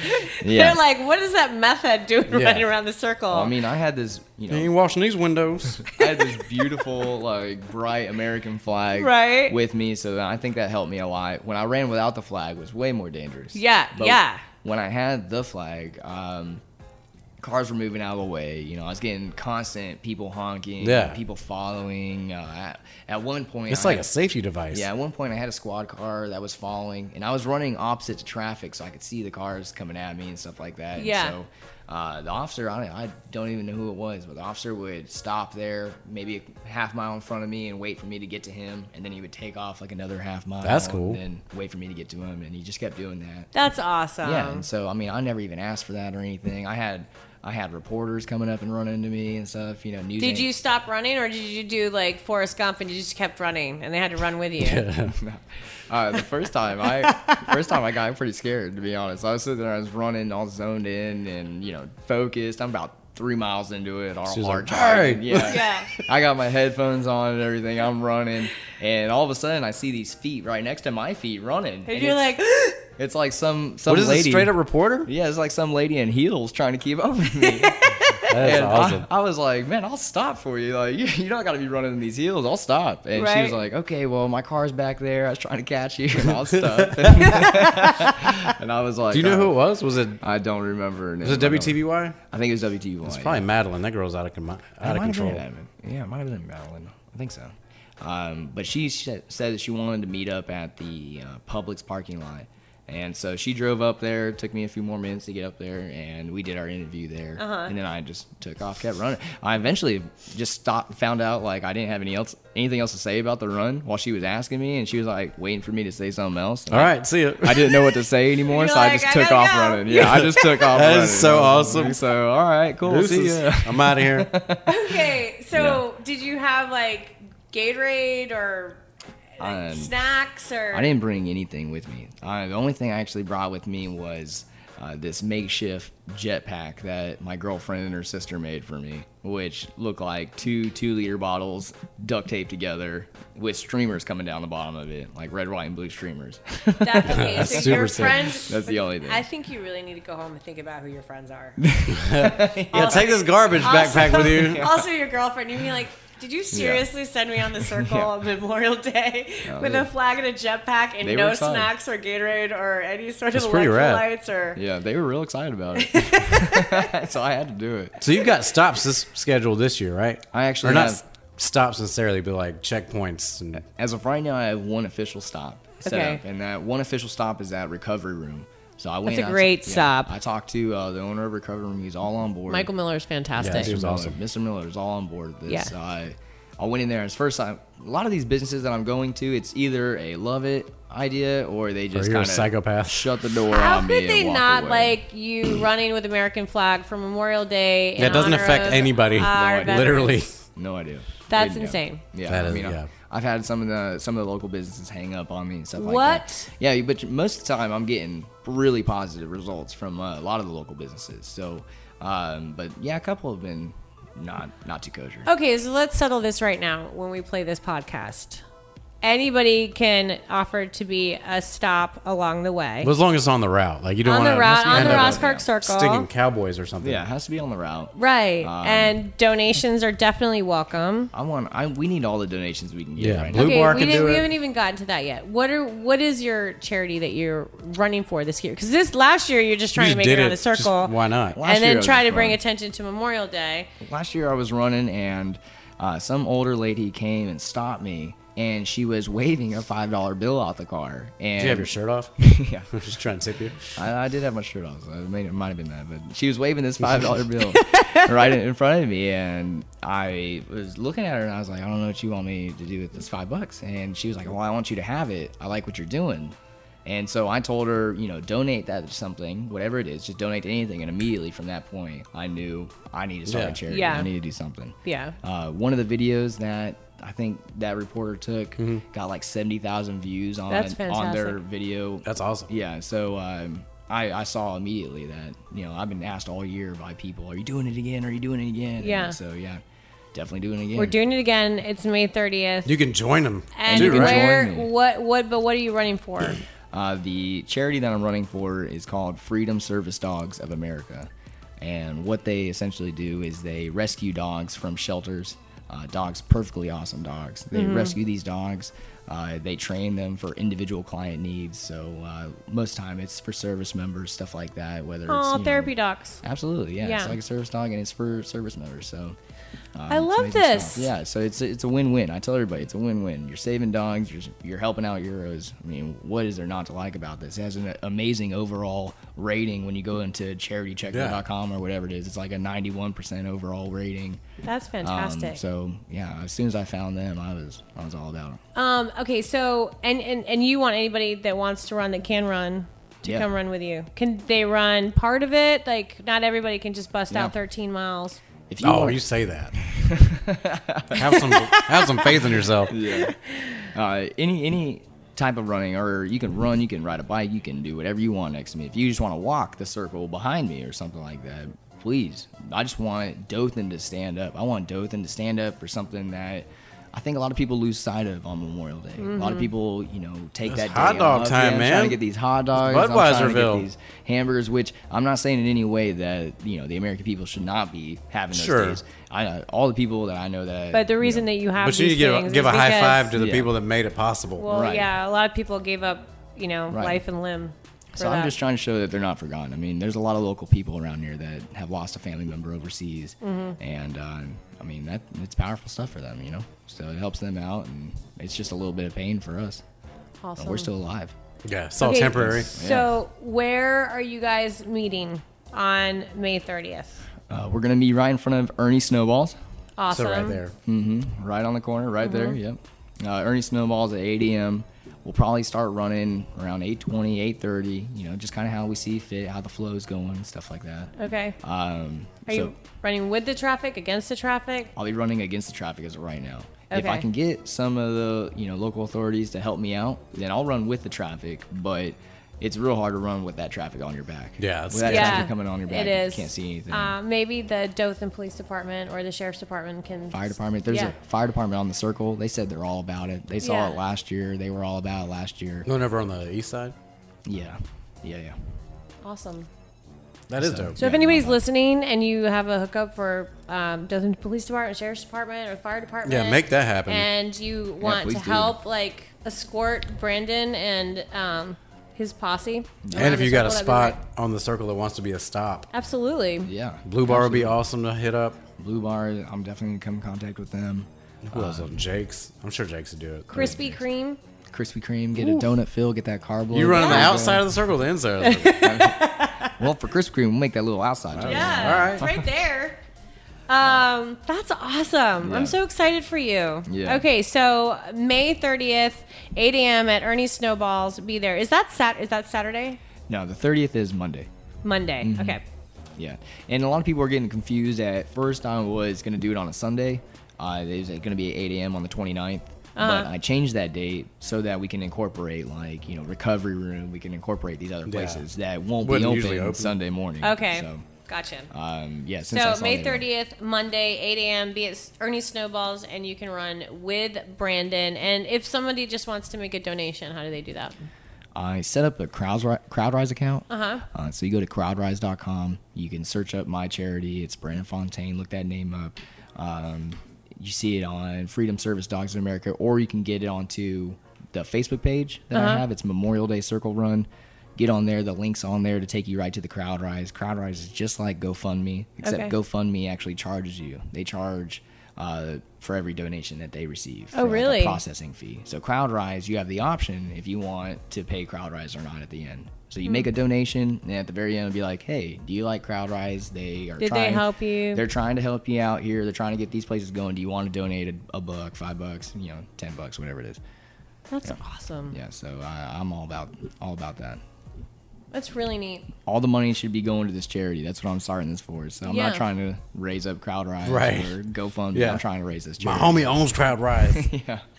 [SPEAKER 3] Yeah.
[SPEAKER 2] They're like, what is that meth head doing
[SPEAKER 1] Yeah.
[SPEAKER 2] running around the circle?
[SPEAKER 3] I mean, I had this, you
[SPEAKER 1] you
[SPEAKER 3] know,
[SPEAKER 1] ain't washing these windows.
[SPEAKER 3] I had this beautiful, like bright American flag
[SPEAKER 2] Right.
[SPEAKER 3] with me, so I think that helped me a lot. When I ran without the flag, was way more dangerous.
[SPEAKER 2] Yeah, yeah.
[SPEAKER 3] When I had the flag, um, cars were moving out of the way. You know, I was getting constant people honking,
[SPEAKER 1] Yeah.
[SPEAKER 3] people following. Uh, at, at one point,
[SPEAKER 1] It's
[SPEAKER 3] I
[SPEAKER 1] like a
[SPEAKER 3] had-
[SPEAKER 1] safety device.
[SPEAKER 3] yeah, at one point I had a squad car that was falling, and I was running opposite to traffic, so I could see the cars coming at me and stuff like that. And
[SPEAKER 2] Yeah.
[SPEAKER 3] so uh, the officer, I, I don't even know who it was, but the officer would stop there, maybe a half mile in front of me, and wait for me to get to him, and then he would take off like another half mile.
[SPEAKER 1] That's cool.
[SPEAKER 3] And then wait for me to get to him, and he just kept doing that.
[SPEAKER 2] That's awesome.
[SPEAKER 3] Yeah, and so I mean, I never even asked for that or anything. I had I had reporters coming up and running to me and stuff. You know, news.
[SPEAKER 2] Did
[SPEAKER 3] anch-
[SPEAKER 2] you stop running, or did you do like Forrest Gump and you just kept running, and they had to run with you?
[SPEAKER 3] Uh, the first time I first time I got pretty scared to be honest. I was sitting there, I was running all zoned in and you know focused. I'm about three miles into it, our
[SPEAKER 1] She was
[SPEAKER 3] heart
[SPEAKER 1] like,
[SPEAKER 3] charging.
[SPEAKER 1] "Hey!"
[SPEAKER 3] Yeah.
[SPEAKER 2] Yeah.
[SPEAKER 3] I got my headphones on and everything. I'm running, and all of a sudden, I see these feet right next to my feet running.
[SPEAKER 2] And
[SPEAKER 3] and
[SPEAKER 2] you're
[SPEAKER 3] it's-
[SPEAKER 2] like,
[SPEAKER 3] it's like some some
[SPEAKER 1] What is this,
[SPEAKER 3] lady.
[SPEAKER 1] straight up reporter?
[SPEAKER 3] yeah, it's like some lady in heels trying to keep up with me.
[SPEAKER 1] That's
[SPEAKER 3] and I-
[SPEAKER 1] awesome.
[SPEAKER 3] I, was like, man, I'll stop for you. Like, you, you don't got to be running in these heels. I'll stop. And she was
[SPEAKER 2] Right.
[SPEAKER 3] like, okay, well, my car's back there. I was trying to catch you and all stuff. and I was like,
[SPEAKER 1] Do you know
[SPEAKER 3] "Oh,
[SPEAKER 1] who it was? Was it
[SPEAKER 3] I don't remember. her
[SPEAKER 1] was it
[SPEAKER 3] name. I don't-
[SPEAKER 1] WTBY?
[SPEAKER 3] I think it was WTBY.
[SPEAKER 1] It's probably Madeline. That girl's out of com- out of control.
[SPEAKER 3] Yeah, it might have been Madeline. I think so. Um, but she sh- said that she wanted to meet up at the uh, Publix parking lot. And so she drove up there. It took me a few more minutes to get up there, and we did our interview there.
[SPEAKER 2] Uh-huh.
[SPEAKER 3] And then I just took off, kept running. I eventually just stopped, found out like I didn't have any else, anything else to say about the run while she was asking me, and she was like waiting for me to say something else.
[SPEAKER 1] All right, see ya.
[SPEAKER 3] I didn't know what to say anymore,
[SPEAKER 2] You're
[SPEAKER 3] so I
[SPEAKER 2] like,
[SPEAKER 3] just
[SPEAKER 2] "I
[SPEAKER 3] took
[SPEAKER 2] gotta
[SPEAKER 3] off
[SPEAKER 2] go."
[SPEAKER 3] running. Yeah, I just took off.
[SPEAKER 1] That is
[SPEAKER 3] running.
[SPEAKER 1] so
[SPEAKER 3] I was
[SPEAKER 1] awesome.
[SPEAKER 3] like, So all right, cool.
[SPEAKER 1] Deuces.
[SPEAKER 3] See ya.
[SPEAKER 1] I'm out of here.
[SPEAKER 2] okay, so did you have like Gatorade or like,
[SPEAKER 3] Um,
[SPEAKER 2] snacks or?
[SPEAKER 3] I didn't bring anything with me. Uh, the only thing I actually brought with me was uh, this makeshift jetpack that my girlfriend and her sister made for me, which looked like two two liter bottles duct taped together with streamers coming down the bottom of it, like red, white, and blue streamers.
[SPEAKER 2] That's amazing.
[SPEAKER 1] super
[SPEAKER 2] your
[SPEAKER 1] sick.
[SPEAKER 2] friends.
[SPEAKER 3] That's the only thing.
[SPEAKER 2] I think you really need to go home and think about who your friends are.
[SPEAKER 1] Yeah, take this garbage backpack with you.
[SPEAKER 2] also, your girlfriend. You'd be like, did you seriously send me on the circle
[SPEAKER 3] Yeah.
[SPEAKER 2] on Memorial Day with
[SPEAKER 3] they-
[SPEAKER 2] a flag and a jetpack and
[SPEAKER 3] they were
[SPEAKER 2] no
[SPEAKER 3] excited.
[SPEAKER 2] snacks or Gatorade or any sort
[SPEAKER 1] That's
[SPEAKER 2] of
[SPEAKER 1] pretty rad.
[SPEAKER 2] electrolytes or?
[SPEAKER 3] yeah, they were real excited about it, so I had to do it.
[SPEAKER 1] So you've got stops this scheduled this year, right?
[SPEAKER 3] I actually
[SPEAKER 1] or not
[SPEAKER 3] have-
[SPEAKER 1] s- stops necessarily, but like checkpoints. And,
[SPEAKER 3] As of right now, I have one official stop set
[SPEAKER 2] Okay.
[SPEAKER 3] up, and that one official stop is that recovery room. So I went.
[SPEAKER 2] a
[SPEAKER 3] I t-
[SPEAKER 2] great
[SPEAKER 3] yeah,
[SPEAKER 2] stop.
[SPEAKER 3] I talked to uh, the owner of recovery room. He's all on board.
[SPEAKER 2] Michael Miller is fantastic.
[SPEAKER 1] Yeah, It was
[SPEAKER 3] Miller.
[SPEAKER 1] awesome.
[SPEAKER 3] Mr. Miller is all on board with this.
[SPEAKER 2] Yeah.
[SPEAKER 3] I, I went in there as first time. A lot of these businesses that I'm going to, it's either a love it idea or they just
[SPEAKER 1] you're a
[SPEAKER 3] kind of
[SPEAKER 1] psychopath.
[SPEAKER 3] shut the door
[SPEAKER 2] How
[SPEAKER 3] on me.
[SPEAKER 2] could they
[SPEAKER 3] and walk
[SPEAKER 2] not
[SPEAKER 3] away.
[SPEAKER 2] like you running with American flag for Memorial Day? in
[SPEAKER 1] Yeah, it doesn't
[SPEAKER 2] honor
[SPEAKER 1] affect
[SPEAKER 2] of
[SPEAKER 1] anybody.
[SPEAKER 2] our
[SPEAKER 3] No, it-
[SPEAKER 2] veterans?
[SPEAKER 1] Literally,
[SPEAKER 3] No idea.
[SPEAKER 2] That's
[SPEAKER 3] Didn't know.
[SPEAKER 2] insane.
[SPEAKER 3] Yeah,
[SPEAKER 1] That
[SPEAKER 3] I
[SPEAKER 1] is-
[SPEAKER 3] mean, I-
[SPEAKER 1] yeah.
[SPEAKER 3] I've had some of the some of the local businesses hang up on me and stuff like that.
[SPEAKER 2] What?
[SPEAKER 3] Yeah, but most of the time I'm getting really positive results from uh, a lot of the local businesses. So, um, but yeah, a couple have been not not too kosher.
[SPEAKER 2] Okay, so let's settle this right now when we play this podcast. Anybody can offer to be a stop along the way.
[SPEAKER 1] well, as long as it's on the route, like you don't
[SPEAKER 2] on
[SPEAKER 1] want
[SPEAKER 2] the route, on
[SPEAKER 3] end
[SPEAKER 2] the
[SPEAKER 3] up
[SPEAKER 2] Ross
[SPEAKER 3] at-
[SPEAKER 2] Park Circle.
[SPEAKER 1] sticking cowboys or something.
[SPEAKER 3] Yeah, it has to be on the route.
[SPEAKER 2] Right.
[SPEAKER 3] Um,
[SPEAKER 2] and donations are definitely welcome.
[SPEAKER 3] I want. I we need all the donations we can get.
[SPEAKER 1] Yeah,
[SPEAKER 3] right
[SPEAKER 1] blue-
[SPEAKER 3] now.
[SPEAKER 2] Okay,
[SPEAKER 1] Bar
[SPEAKER 2] we,
[SPEAKER 1] can
[SPEAKER 2] didn't,
[SPEAKER 1] do
[SPEAKER 2] we
[SPEAKER 1] it.
[SPEAKER 2] haven't even gotten to that yet. What are what is your charity that you're running for this year? Because this last year you're just trying
[SPEAKER 1] just
[SPEAKER 2] to make
[SPEAKER 1] did
[SPEAKER 2] it around
[SPEAKER 1] it.
[SPEAKER 2] a
[SPEAKER 1] Just
[SPEAKER 2] circle.
[SPEAKER 1] why not?
[SPEAKER 3] Last
[SPEAKER 2] and
[SPEAKER 3] year I
[SPEAKER 2] then
[SPEAKER 3] was
[SPEAKER 2] try to
[SPEAKER 3] just
[SPEAKER 2] bring
[SPEAKER 3] running.
[SPEAKER 2] attention to Memorial Day.
[SPEAKER 3] Last year I was running and uh, some older lady came and stopped me, and she was waving a five dollar bill out the car. And
[SPEAKER 1] Did you have your shirt off?
[SPEAKER 3] yeah.
[SPEAKER 1] I'm just trying to tip you.
[SPEAKER 3] I, I did have my shirt off. So it, may, it might have been that, but she was waving this five dollar bill right in, in front of me, and I was looking at her, and I was like, I don't know what you want me to do with this five bucks, and she was like, Well, I want you to have it. I like what you're doing, and so I told her, you know, donate that to something, whatever it is, just donate to anything, and immediately from that point, I knew I need to start
[SPEAKER 1] Yeah.
[SPEAKER 3] a charity.
[SPEAKER 2] Yeah.
[SPEAKER 3] I need to do something.
[SPEAKER 2] Yeah.
[SPEAKER 1] Um,
[SPEAKER 3] Uh, one of the videos that I think that reporter took got like seventy thousand views on
[SPEAKER 2] That's
[SPEAKER 3] on their
[SPEAKER 2] fantastic.
[SPEAKER 3] video.
[SPEAKER 1] That's awesome.
[SPEAKER 3] Yeah, so um, I, I saw immediately that, you know, I've been asked all year by people, are you doing it again? Are you doing it again? And
[SPEAKER 2] Yeah.
[SPEAKER 3] so, yeah, definitely doing it again.
[SPEAKER 2] We're doing it again. It's May 30th.
[SPEAKER 1] You can join them.
[SPEAKER 2] and
[SPEAKER 3] you can
[SPEAKER 1] right?
[SPEAKER 2] where
[SPEAKER 3] join me.
[SPEAKER 2] what what but what are you running for?
[SPEAKER 3] uh, the charity that I'm running for is called Freedom Service Dogs of America. And what they essentially do is they rescue dogs from shelters. Uh, dogs, perfectly awesome dogs. They
[SPEAKER 2] Mm-hmm.
[SPEAKER 3] rescue these dogs. Uh, they train them for individual client needs. So uh, most time it's for service members, stuff like that. Whether it's you
[SPEAKER 2] Oh,
[SPEAKER 3] know,
[SPEAKER 2] therapy docs.
[SPEAKER 3] Absolutely, yeah.
[SPEAKER 2] Yeah.
[SPEAKER 3] It's like a service dog, and it's for service members. So um,
[SPEAKER 2] I
[SPEAKER 3] it's
[SPEAKER 2] love
[SPEAKER 3] amazing
[SPEAKER 2] this.
[SPEAKER 3] stuff. Yeah, so it's it's a win-win. I tell everybody it's a win-win. You're saving dogs. You're you're helping out euros. I mean, what is there not to like about this? It has an amazing overall rating when you go into charitychecker.com or whatever it is. It's like a 91% overall rating.
[SPEAKER 2] That's fantastic.
[SPEAKER 3] Um, so yeah, as soon as I found them, I was I was all about it.
[SPEAKER 2] Um, okay, so and, and and you want anybody that wants to run that can run to
[SPEAKER 3] Yeah.
[SPEAKER 2] come run with you? Can they run part of it? Like, not everybody can just bust
[SPEAKER 3] No.
[SPEAKER 2] out 13 miles.
[SPEAKER 3] If
[SPEAKER 1] Oh,
[SPEAKER 3] want-
[SPEAKER 1] you say that. have some have some faith in yourself.
[SPEAKER 3] uh, any any type of running, or you can run, you can ride a bike, you can do whatever you want next to me. If you just want to walk the circle behind me or something like that, please. I just want Dothan to stand up. I want Dothan to stand up for something that I think a lot of people lose sight of on Memorial Day. A lot of people, you know, take
[SPEAKER 1] It's
[SPEAKER 3] that day
[SPEAKER 1] hot dog
[SPEAKER 3] off.
[SPEAKER 1] time,
[SPEAKER 3] Yeah, I'm
[SPEAKER 1] man.
[SPEAKER 3] Trying to get these hot dogs. I'm trying to get
[SPEAKER 1] Budweiserville.
[SPEAKER 3] these hamburgers, which I'm not saying in any way that you know the American people should not be having those
[SPEAKER 1] Sure.
[SPEAKER 3] days. I uh, all the people that I know that.
[SPEAKER 2] But the
[SPEAKER 3] you
[SPEAKER 2] reason
[SPEAKER 3] know,
[SPEAKER 2] that you have
[SPEAKER 1] But you need to
[SPEAKER 2] these
[SPEAKER 1] give,
[SPEAKER 2] things
[SPEAKER 1] give a
[SPEAKER 2] is
[SPEAKER 1] high
[SPEAKER 2] because-
[SPEAKER 1] five to the
[SPEAKER 3] Yeah.
[SPEAKER 1] people that made it possible.
[SPEAKER 2] Well,
[SPEAKER 3] Right.
[SPEAKER 2] yeah, a lot of people gave up, you know,
[SPEAKER 3] Right.
[SPEAKER 2] life and limb. For
[SPEAKER 3] So I'm
[SPEAKER 2] that.
[SPEAKER 3] just trying to show that they're not forgotten. I mean, there's a lot of local people around here that have lost a family member overseas,
[SPEAKER 2] Mm-hmm.
[SPEAKER 3] and uh, I mean that it's powerful stuff for them, you know. So it helps them out, and it's just a little bit of pain for us. But
[SPEAKER 2] awesome.
[SPEAKER 3] we're still alive.
[SPEAKER 1] yeah, it's all
[SPEAKER 2] Okay,
[SPEAKER 1] Oh, temporary.
[SPEAKER 2] So where are you guys meeting on May 30th?
[SPEAKER 3] Uh, we're gonna be right in front of Ernie Snowballs,
[SPEAKER 2] Awesome.
[SPEAKER 1] So right there.
[SPEAKER 3] right on the corner, right
[SPEAKER 2] Mm-hmm.
[SPEAKER 3] there. Yep. Uh, Ernie Snowballs at 8 a.m. We'll probably start running around 8:20, 8:30. You know, just kind of how we see fit, how the flow's going, stuff like that.
[SPEAKER 2] Okay.
[SPEAKER 3] Um,
[SPEAKER 2] Are
[SPEAKER 3] so
[SPEAKER 2] you running with the traffic, against the traffic?
[SPEAKER 3] I'll be running against the traffic as of right now. If I
[SPEAKER 2] Okay.
[SPEAKER 3] can get some of the you know local authorities to help me out, then I'll run with the traffic. But it's real hard to run with that traffic on your back.
[SPEAKER 1] Yeah, it's
[SPEAKER 3] with that
[SPEAKER 1] scary.
[SPEAKER 3] traffic coming on your back,
[SPEAKER 2] It is.
[SPEAKER 3] you can't see anything.
[SPEAKER 2] Uh, maybe the Dothan Police Department or the Sheriff's Department can.
[SPEAKER 3] fire department, there's
[SPEAKER 2] yeah.
[SPEAKER 3] a fire department on the circle. They said they're all about it. They saw
[SPEAKER 2] Yeah.
[SPEAKER 3] it last year. They were all about it last year.
[SPEAKER 1] Going over on the east side.
[SPEAKER 3] Yeah, yeah, yeah.
[SPEAKER 2] Awesome.
[SPEAKER 1] That is
[SPEAKER 3] So-
[SPEAKER 1] dope.
[SPEAKER 2] So if
[SPEAKER 3] Yeah,
[SPEAKER 2] anybody's
[SPEAKER 3] no.
[SPEAKER 2] listening and you have a hookup for um, Dothan Police Department, Sheriff's Department, or Fire Department,
[SPEAKER 1] Yeah, make that happen.
[SPEAKER 2] And you want to
[SPEAKER 3] please do.
[SPEAKER 2] help, like escort Brandon and um, his posse. around
[SPEAKER 1] and if
[SPEAKER 2] the
[SPEAKER 1] you got a
[SPEAKER 2] circle, that'd be
[SPEAKER 1] spot on the circle that wants to be a stop,
[SPEAKER 2] great. absolutely.
[SPEAKER 3] Yeah,
[SPEAKER 1] Blue Bar would be
[SPEAKER 3] Absolutely.
[SPEAKER 1] awesome to hit up.
[SPEAKER 3] Blue bar. I'm definitely gonna come in contact with them.
[SPEAKER 1] Who else? Jake's. I'm sure Jake's would do it.
[SPEAKER 2] Krispy Kreme.
[SPEAKER 3] Krispy Kreme, get a donut fill, get that carb.
[SPEAKER 1] You run on the outside of the circle, the end zone.
[SPEAKER 3] Well, for Krispy Kreme, we'll make that little outside. joke.
[SPEAKER 1] All right.
[SPEAKER 2] it's right there. Um, that's awesome.
[SPEAKER 3] Yeah.
[SPEAKER 2] I'm so excited for you.
[SPEAKER 3] Yeah.
[SPEAKER 2] Okay, so May 30th, 8 a.m. at Ernie Snowballs. Be there. Is that sat? Is that Saturday?
[SPEAKER 3] No, the 30th is Monday.
[SPEAKER 2] Monday.
[SPEAKER 3] Mm-hmm.
[SPEAKER 2] Okay.
[SPEAKER 3] Yeah, and a lot of people are getting confused. At first, I was going to do it on a Sunday. Uh, it was going to be at 8 a.m. on the 29th. But
[SPEAKER 2] Uh-huh.
[SPEAKER 3] I changed that date so that we can incorporate, like, you know, recovery room. We can incorporate these other places that won't
[SPEAKER 1] Wouldn't
[SPEAKER 3] be
[SPEAKER 1] usually
[SPEAKER 3] open,
[SPEAKER 1] open.
[SPEAKER 3] Sunday morning.
[SPEAKER 2] Okay.
[SPEAKER 3] So,
[SPEAKER 2] Gotcha.
[SPEAKER 3] um, yeah, since I
[SPEAKER 2] So
[SPEAKER 3] saw
[SPEAKER 2] May
[SPEAKER 3] they were-
[SPEAKER 2] 30th, Monday, 8 a.m. Be at Ernie Snowballs, and you can run with Brandon. And if somebody just wants to make a donation, how do they do that?
[SPEAKER 3] I set up a Crowdri- CrowdRise account. Uh-huh. so you go to crowdrise.com. You can search up my charity. It's Brandon Fontaine. Look that name up. Um, you see it on Freedom Service Dogs in America, or you can get it onto the Facebook page that I have. It's Memorial Day Circle Run. Get on there. The link's on there to take you right to the CrowdRise. CrowdRise is just like GoFundMe, except
[SPEAKER 2] Okay.
[SPEAKER 3] GoFundMe actually charges you. They charge uh, for every donation that they receive.
[SPEAKER 2] Oh,
[SPEAKER 3] for, like, a
[SPEAKER 2] really?
[SPEAKER 3] process processing fee. So CrowdRise, you have the option if you want to pay CrowdRise or not at the end. So you make
[SPEAKER 2] Hmm.
[SPEAKER 3] a donation, and at the very end, it'll be like, "Hey, do you like CrowdRise? They are
[SPEAKER 2] Did they
[SPEAKER 3] trying,
[SPEAKER 2] help you?
[SPEAKER 3] They're trying to help you out here. They're trying to get these places going. Do you want to donate a, a buck, five bucks, you know, ten bucks, whatever it is?
[SPEAKER 2] That's awesome.
[SPEAKER 3] Yeah. So I, I'm all about all about that.
[SPEAKER 2] That's really neat.
[SPEAKER 3] All the money should be going to this charity. That's what I'm starting this for. So I'm
[SPEAKER 2] Yeah.
[SPEAKER 3] not trying to raise up CrowdRise
[SPEAKER 1] Right.
[SPEAKER 3] or GoFundMe.
[SPEAKER 1] Yeah.
[SPEAKER 3] I'm trying to raise this
[SPEAKER 1] My
[SPEAKER 3] charity.
[SPEAKER 1] homie owns Crowd Rise.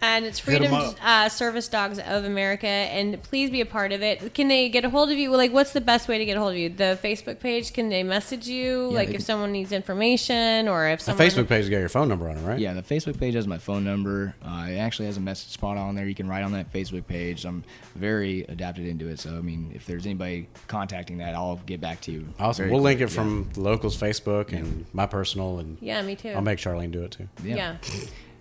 [SPEAKER 2] And it's
[SPEAKER 1] Hit 'em
[SPEAKER 2] Freedom
[SPEAKER 1] up.
[SPEAKER 2] uh, Service Dogs of America, and please be a part of it. Can they get a hold of you? Like, what's the best way to get a hold of you? The Facebook page? Can they message you?
[SPEAKER 3] Yeah,
[SPEAKER 2] like,
[SPEAKER 3] they
[SPEAKER 2] if
[SPEAKER 3] can-
[SPEAKER 2] someone needs information, or if
[SPEAKER 1] The
[SPEAKER 2] someone
[SPEAKER 1] Facebook page got your phone number on it, right?
[SPEAKER 3] Yeah, the Facebook page has my phone number. Uh, it actually has a message spot on there. You can write on that Facebook page. I'm very adapted into it. So, I mean, if there's anybody contacting that, I'll get back to you.
[SPEAKER 1] Awesome.
[SPEAKER 3] very
[SPEAKER 1] we'll link
[SPEAKER 3] quick.
[SPEAKER 1] it from the locals Facebook and my personal, and
[SPEAKER 2] Yeah, me too.
[SPEAKER 1] I'll make Charlene do it too.
[SPEAKER 3] Yeah.
[SPEAKER 2] yeah.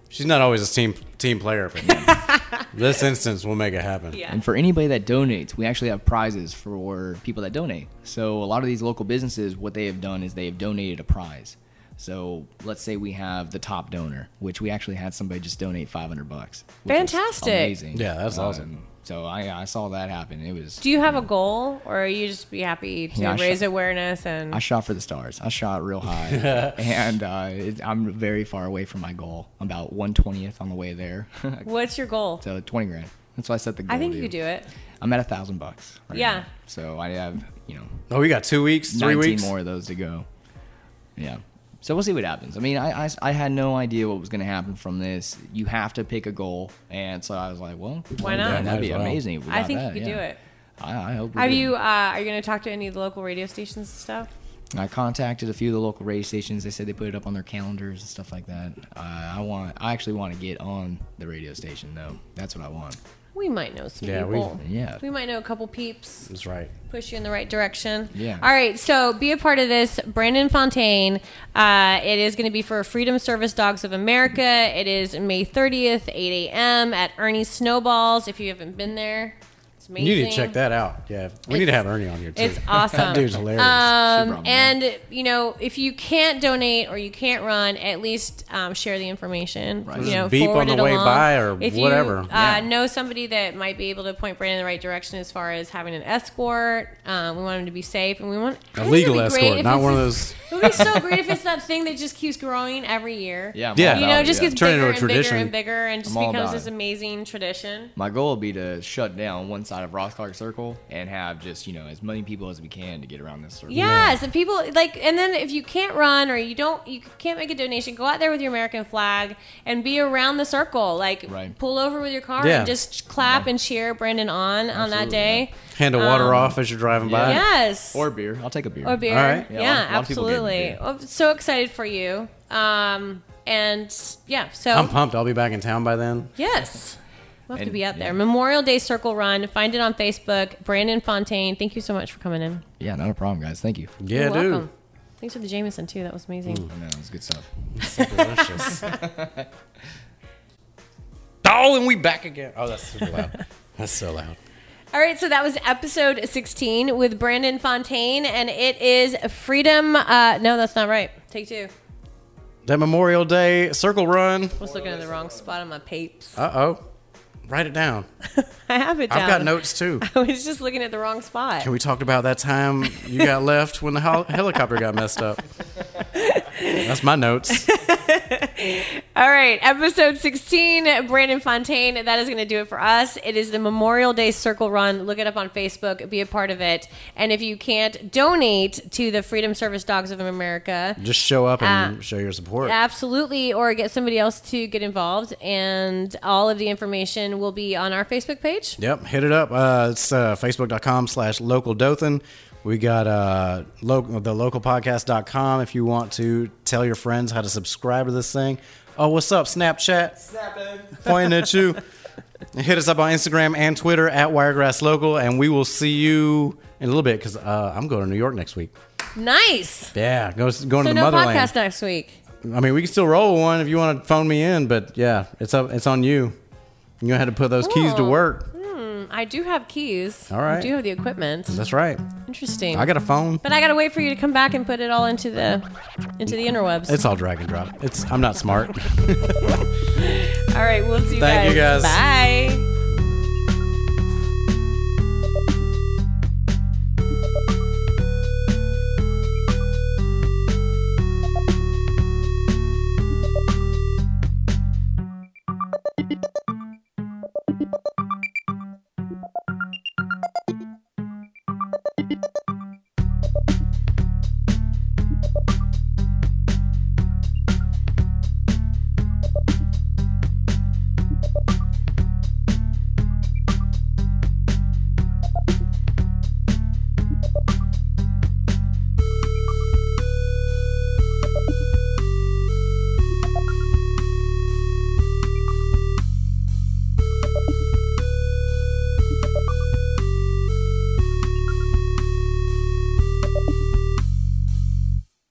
[SPEAKER 1] She's not always a team team player, but this instance will make it happen.
[SPEAKER 2] Yeah.
[SPEAKER 3] And for anybody that donates, we actually have prizes for people that donate. So, a lot of these local businesses, what they have done is they have donated a prize. So let's say we have the top donor, which we actually had somebody just donate 500 bucks. which was
[SPEAKER 2] Fantastic.
[SPEAKER 3] Amazing.
[SPEAKER 1] Yeah, that's awesome.
[SPEAKER 3] Um, so I, I saw that happen. It was.
[SPEAKER 2] Do you have a goal, or are you just be happy to
[SPEAKER 3] Yeah, I sh-
[SPEAKER 2] raise awareness and
[SPEAKER 3] I shot for the stars. I shot real high, and uh, it, I'm very far away from my goal. I'm about one twentieth on the way there.
[SPEAKER 2] what's your goal?
[SPEAKER 3] so twenty grand. That's why I set the goal.
[SPEAKER 2] I think you
[SPEAKER 3] dude.
[SPEAKER 2] could do it.
[SPEAKER 3] I'm at a thousand bucks. right
[SPEAKER 2] Yeah.
[SPEAKER 3] now. So I have you know
[SPEAKER 1] Oh, we got two weeks, three
[SPEAKER 3] 19
[SPEAKER 1] weeks.
[SPEAKER 3] more of those to go. Yeah. So we'll see what happens. I mean, I, I, I had no idea what was going to happen from this. You have to pick a goal, and so I was like, well,
[SPEAKER 2] Why not?
[SPEAKER 3] That'd
[SPEAKER 1] Might
[SPEAKER 3] be
[SPEAKER 1] as well.
[SPEAKER 3] amazing. if we
[SPEAKER 2] I
[SPEAKER 3] got
[SPEAKER 2] think
[SPEAKER 3] that,
[SPEAKER 2] you could
[SPEAKER 3] yeah.
[SPEAKER 2] do it.
[SPEAKER 3] I, I hope. we
[SPEAKER 2] Have
[SPEAKER 3] do.
[SPEAKER 2] you? Uh, are you going to talk to any of the local radio stations and stuff?
[SPEAKER 3] I contacted a few of the local radio stations. They said they put it up on their calendars and stuff like that. Uh, I want. I actually want to get on the radio station though. That's what I want.
[SPEAKER 2] We might know some
[SPEAKER 1] Yeah, we-
[SPEAKER 2] people.
[SPEAKER 3] yeah.
[SPEAKER 2] We might know a couple peeps.
[SPEAKER 1] That's right.
[SPEAKER 2] push you in the right direction.
[SPEAKER 3] Yeah.
[SPEAKER 2] All right. So be a part of this, Brandon Fontaine. Uh, it is going to be for Freedom Service Dogs of America. It is May 30th, 8 a.m. at Ernie Snowballs. If you haven't been there, it's amazing.
[SPEAKER 1] You need to check that out. Yeah, we need to
[SPEAKER 2] It's-
[SPEAKER 1] have Ernie on here too.
[SPEAKER 2] It's awesome.
[SPEAKER 1] That dude's hilarious.
[SPEAKER 2] Um,
[SPEAKER 3] problem,
[SPEAKER 2] and you know, if you can't donate or you can't run, at least um, share the information.
[SPEAKER 3] Right.
[SPEAKER 2] You
[SPEAKER 1] Just
[SPEAKER 2] know,
[SPEAKER 1] beep
[SPEAKER 2] forward
[SPEAKER 1] on the
[SPEAKER 2] it
[SPEAKER 1] way
[SPEAKER 2] along.
[SPEAKER 1] by or
[SPEAKER 2] if
[SPEAKER 1] whatever.
[SPEAKER 2] You, uh,
[SPEAKER 3] Yeah.
[SPEAKER 2] Know somebody that might be able to point Brandon in the right direction as far as having an escort. Um, we want him to be safe, and we want
[SPEAKER 1] a
[SPEAKER 2] I think
[SPEAKER 1] legal
[SPEAKER 2] it'd be great
[SPEAKER 1] escort,
[SPEAKER 2] if
[SPEAKER 1] not
[SPEAKER 2] it's
[SPEAKER 1] one of
[SPEAKER 2] this-
[SPEAKER 1] those.
[SPEAKER 2] It would be so great if it's that thing that just keeps growing every year.
[SPEAKER 3] Yeah. I'm
[SPEAKER 1] Yeah.
[SPEAKER 3] all
[SPEAKER 2] You
[SPEAKER 3] about
[SPEAKER 2] know,
[SPEAKER 3] it,
[SPEAKER 2] it just
[SPEAKER 3] yeah.
[SPEAKER 2] gets
[SPEAKER 1] Turn it
[SPEAKER 2] bigger
[SPEAKER 1] into a
[SPEAKER 2] and bigger
[SPEAKER 1] tradition.
[SPEAKER 2] and bigger, and just
[SPEAKER 3] I'm all
[SPEAKER 2] becomes
[SPEAKER 3] about
[SPEAKER 2] this
[SPEAKER 3] it.
[SPEAKER 2] amazing tradition.
[SPEAKER 3] My goal would be to shut down one side of Ross Clark Circle and have just you know as many people as we can to get around this circle.
[SPEAKER 2] Yes, and people like, and then if you can't run or you don't, you can't make a donation. Go out there with your American flag and be around the circle. Like,
[SPEAKER 3] Right.
[SPEAKER 2] pull over with your car
[SPEAKER 1] Yeah.
[SPEAKER 2] and just clap and cheer Brandon on on that
[SPEAKER 3] Absolutely,
[SPEAKER 2] day.
[SPEAKER 1] Hand a water
[SPEAKER 2] um,
[SPEAKER 1] off as you're driving by.
[SPEAKER 2] Yes,
[SPEAKER 3] Or beer. I'll take a beer.
[SPEAKER 2] or beer.
[SPEAKER 1] All right.
[SPEAKER 2] Yeah,
[SPEAKER 3] Yeah, a lot- a lot of people get
[SPEAKER 2] absolutely.
[SPEAKER 3] beer.
[SPEAKER 2] I'm so excited for you. Um, and yeah, so
[SPEAKER 1] I'm pumped. I'll be back in town by then.
[SPEAKER 2] yes. We'll have to
[SPEAKER 3] And-
[SPEAKER 2] be out there.
[SPEAKER 3] yeah.
[SPEAKER 2] Memorial Day Circle Run. Find it on Facebook. Brandon Fontaine, thank you so much for coming in.
[SPEAKER 3] Yeah, not a problem, guys. Thank you.
[SPEAKER 1] Yeah,
[SPEAKER 2] You're
[SPEAKER 1] dude.
[SPEAKER 2] welcome. Thanks for the Jameson, too. That was amazing.
[SPEAKER 3] I know, it's good stuff.
[SPEAKER 1] Delicious. oh, and we back again. Oh, that's super loud. That's so loud.
[SPEAKER 2] All right, so that was episode 16 with Brandon Fontaine, and it is Freedom. Uh, no, that's not right. Take two.
[SPEAKER 1] That Memorial Day circle run.
[SPEAKER 2] I was looking at the wrong spot on my papes.
[SPEAKER 1] Uh oh. Write it down.
[SPEAKER 2] I have it down.
[SPEAKER 1] I've got notes too.
[SPEAKER 2] I was just looking at the wrong spot.
[SPEAKER 1] And we talked about that time you got left when the hel- helicopter got messed up. That's my notes.
[SPEAKER 2] All right, episode 16, Brandon Fontaine. That is going to do it for us. It is the Memorial Day Circle Run. Look it up on Facebook, be a part of it. And if you can't donate to the Freedom Service Dogs of America,
[SPEAKER 1] Just show up and
[SPEAKER 2] Uh,
[SPEAKER 1] show your support.
[SPEAKER 2] Absolutely, or get somebody else to get involved. And all of the information will be on our Facebook page.
[SPEAKER 1] Yep, hit it up. Uh, it's uh, facebook.com slash local Dothan. We got uh, lo- the localpodcast.com if you want to tell your friends how to subscribe to this thing. Oh, what's up, Snapchat? Snapping. Pointing at you. And hit us up on Instagram and Twitter at Wiregrass Local, and we will see you in a little bit because uh, I'm going to New York next week.
[SPEAKER 2] Nice.
[SPEAKER 1] Yeah, go, going
[SPEAKER 2] So
[SPEAKER 1] to the
[SPEAKER 2] no
[SPEAKER 1] motherland.
[SPEAKER 2] podcast next week.
[SPEAKER 1] I mean, we can still roll one if you want to phone me in, but yeah, it's up. It's on you. You're gonna have to put those keys to
[SPEAKER 2] Cool.
[SPEAKER 1] work.
[SPEAKER 2] Mm, I do have keys.
[SPEAKER 1] All right.
[SPEAKER 2] I do have the equipment.
[SPEAKER 1] That's right.
[SPEAKER 2] Interesting.
[SPEAKER 1] I got a phone.
[SPEAKER 2] but I gotta wait for you to come back and put it all into the into the interwebs.
[SPEAKER 1] It's all drag and drop. It's I'm not smart.
[SPEAKER 2] all right, we'll see you
[SPEAKER 1] Thank you
[SPEAKER 2] guys.
[SPEAKER 1] guys.
[SPEAKER 2] Bye.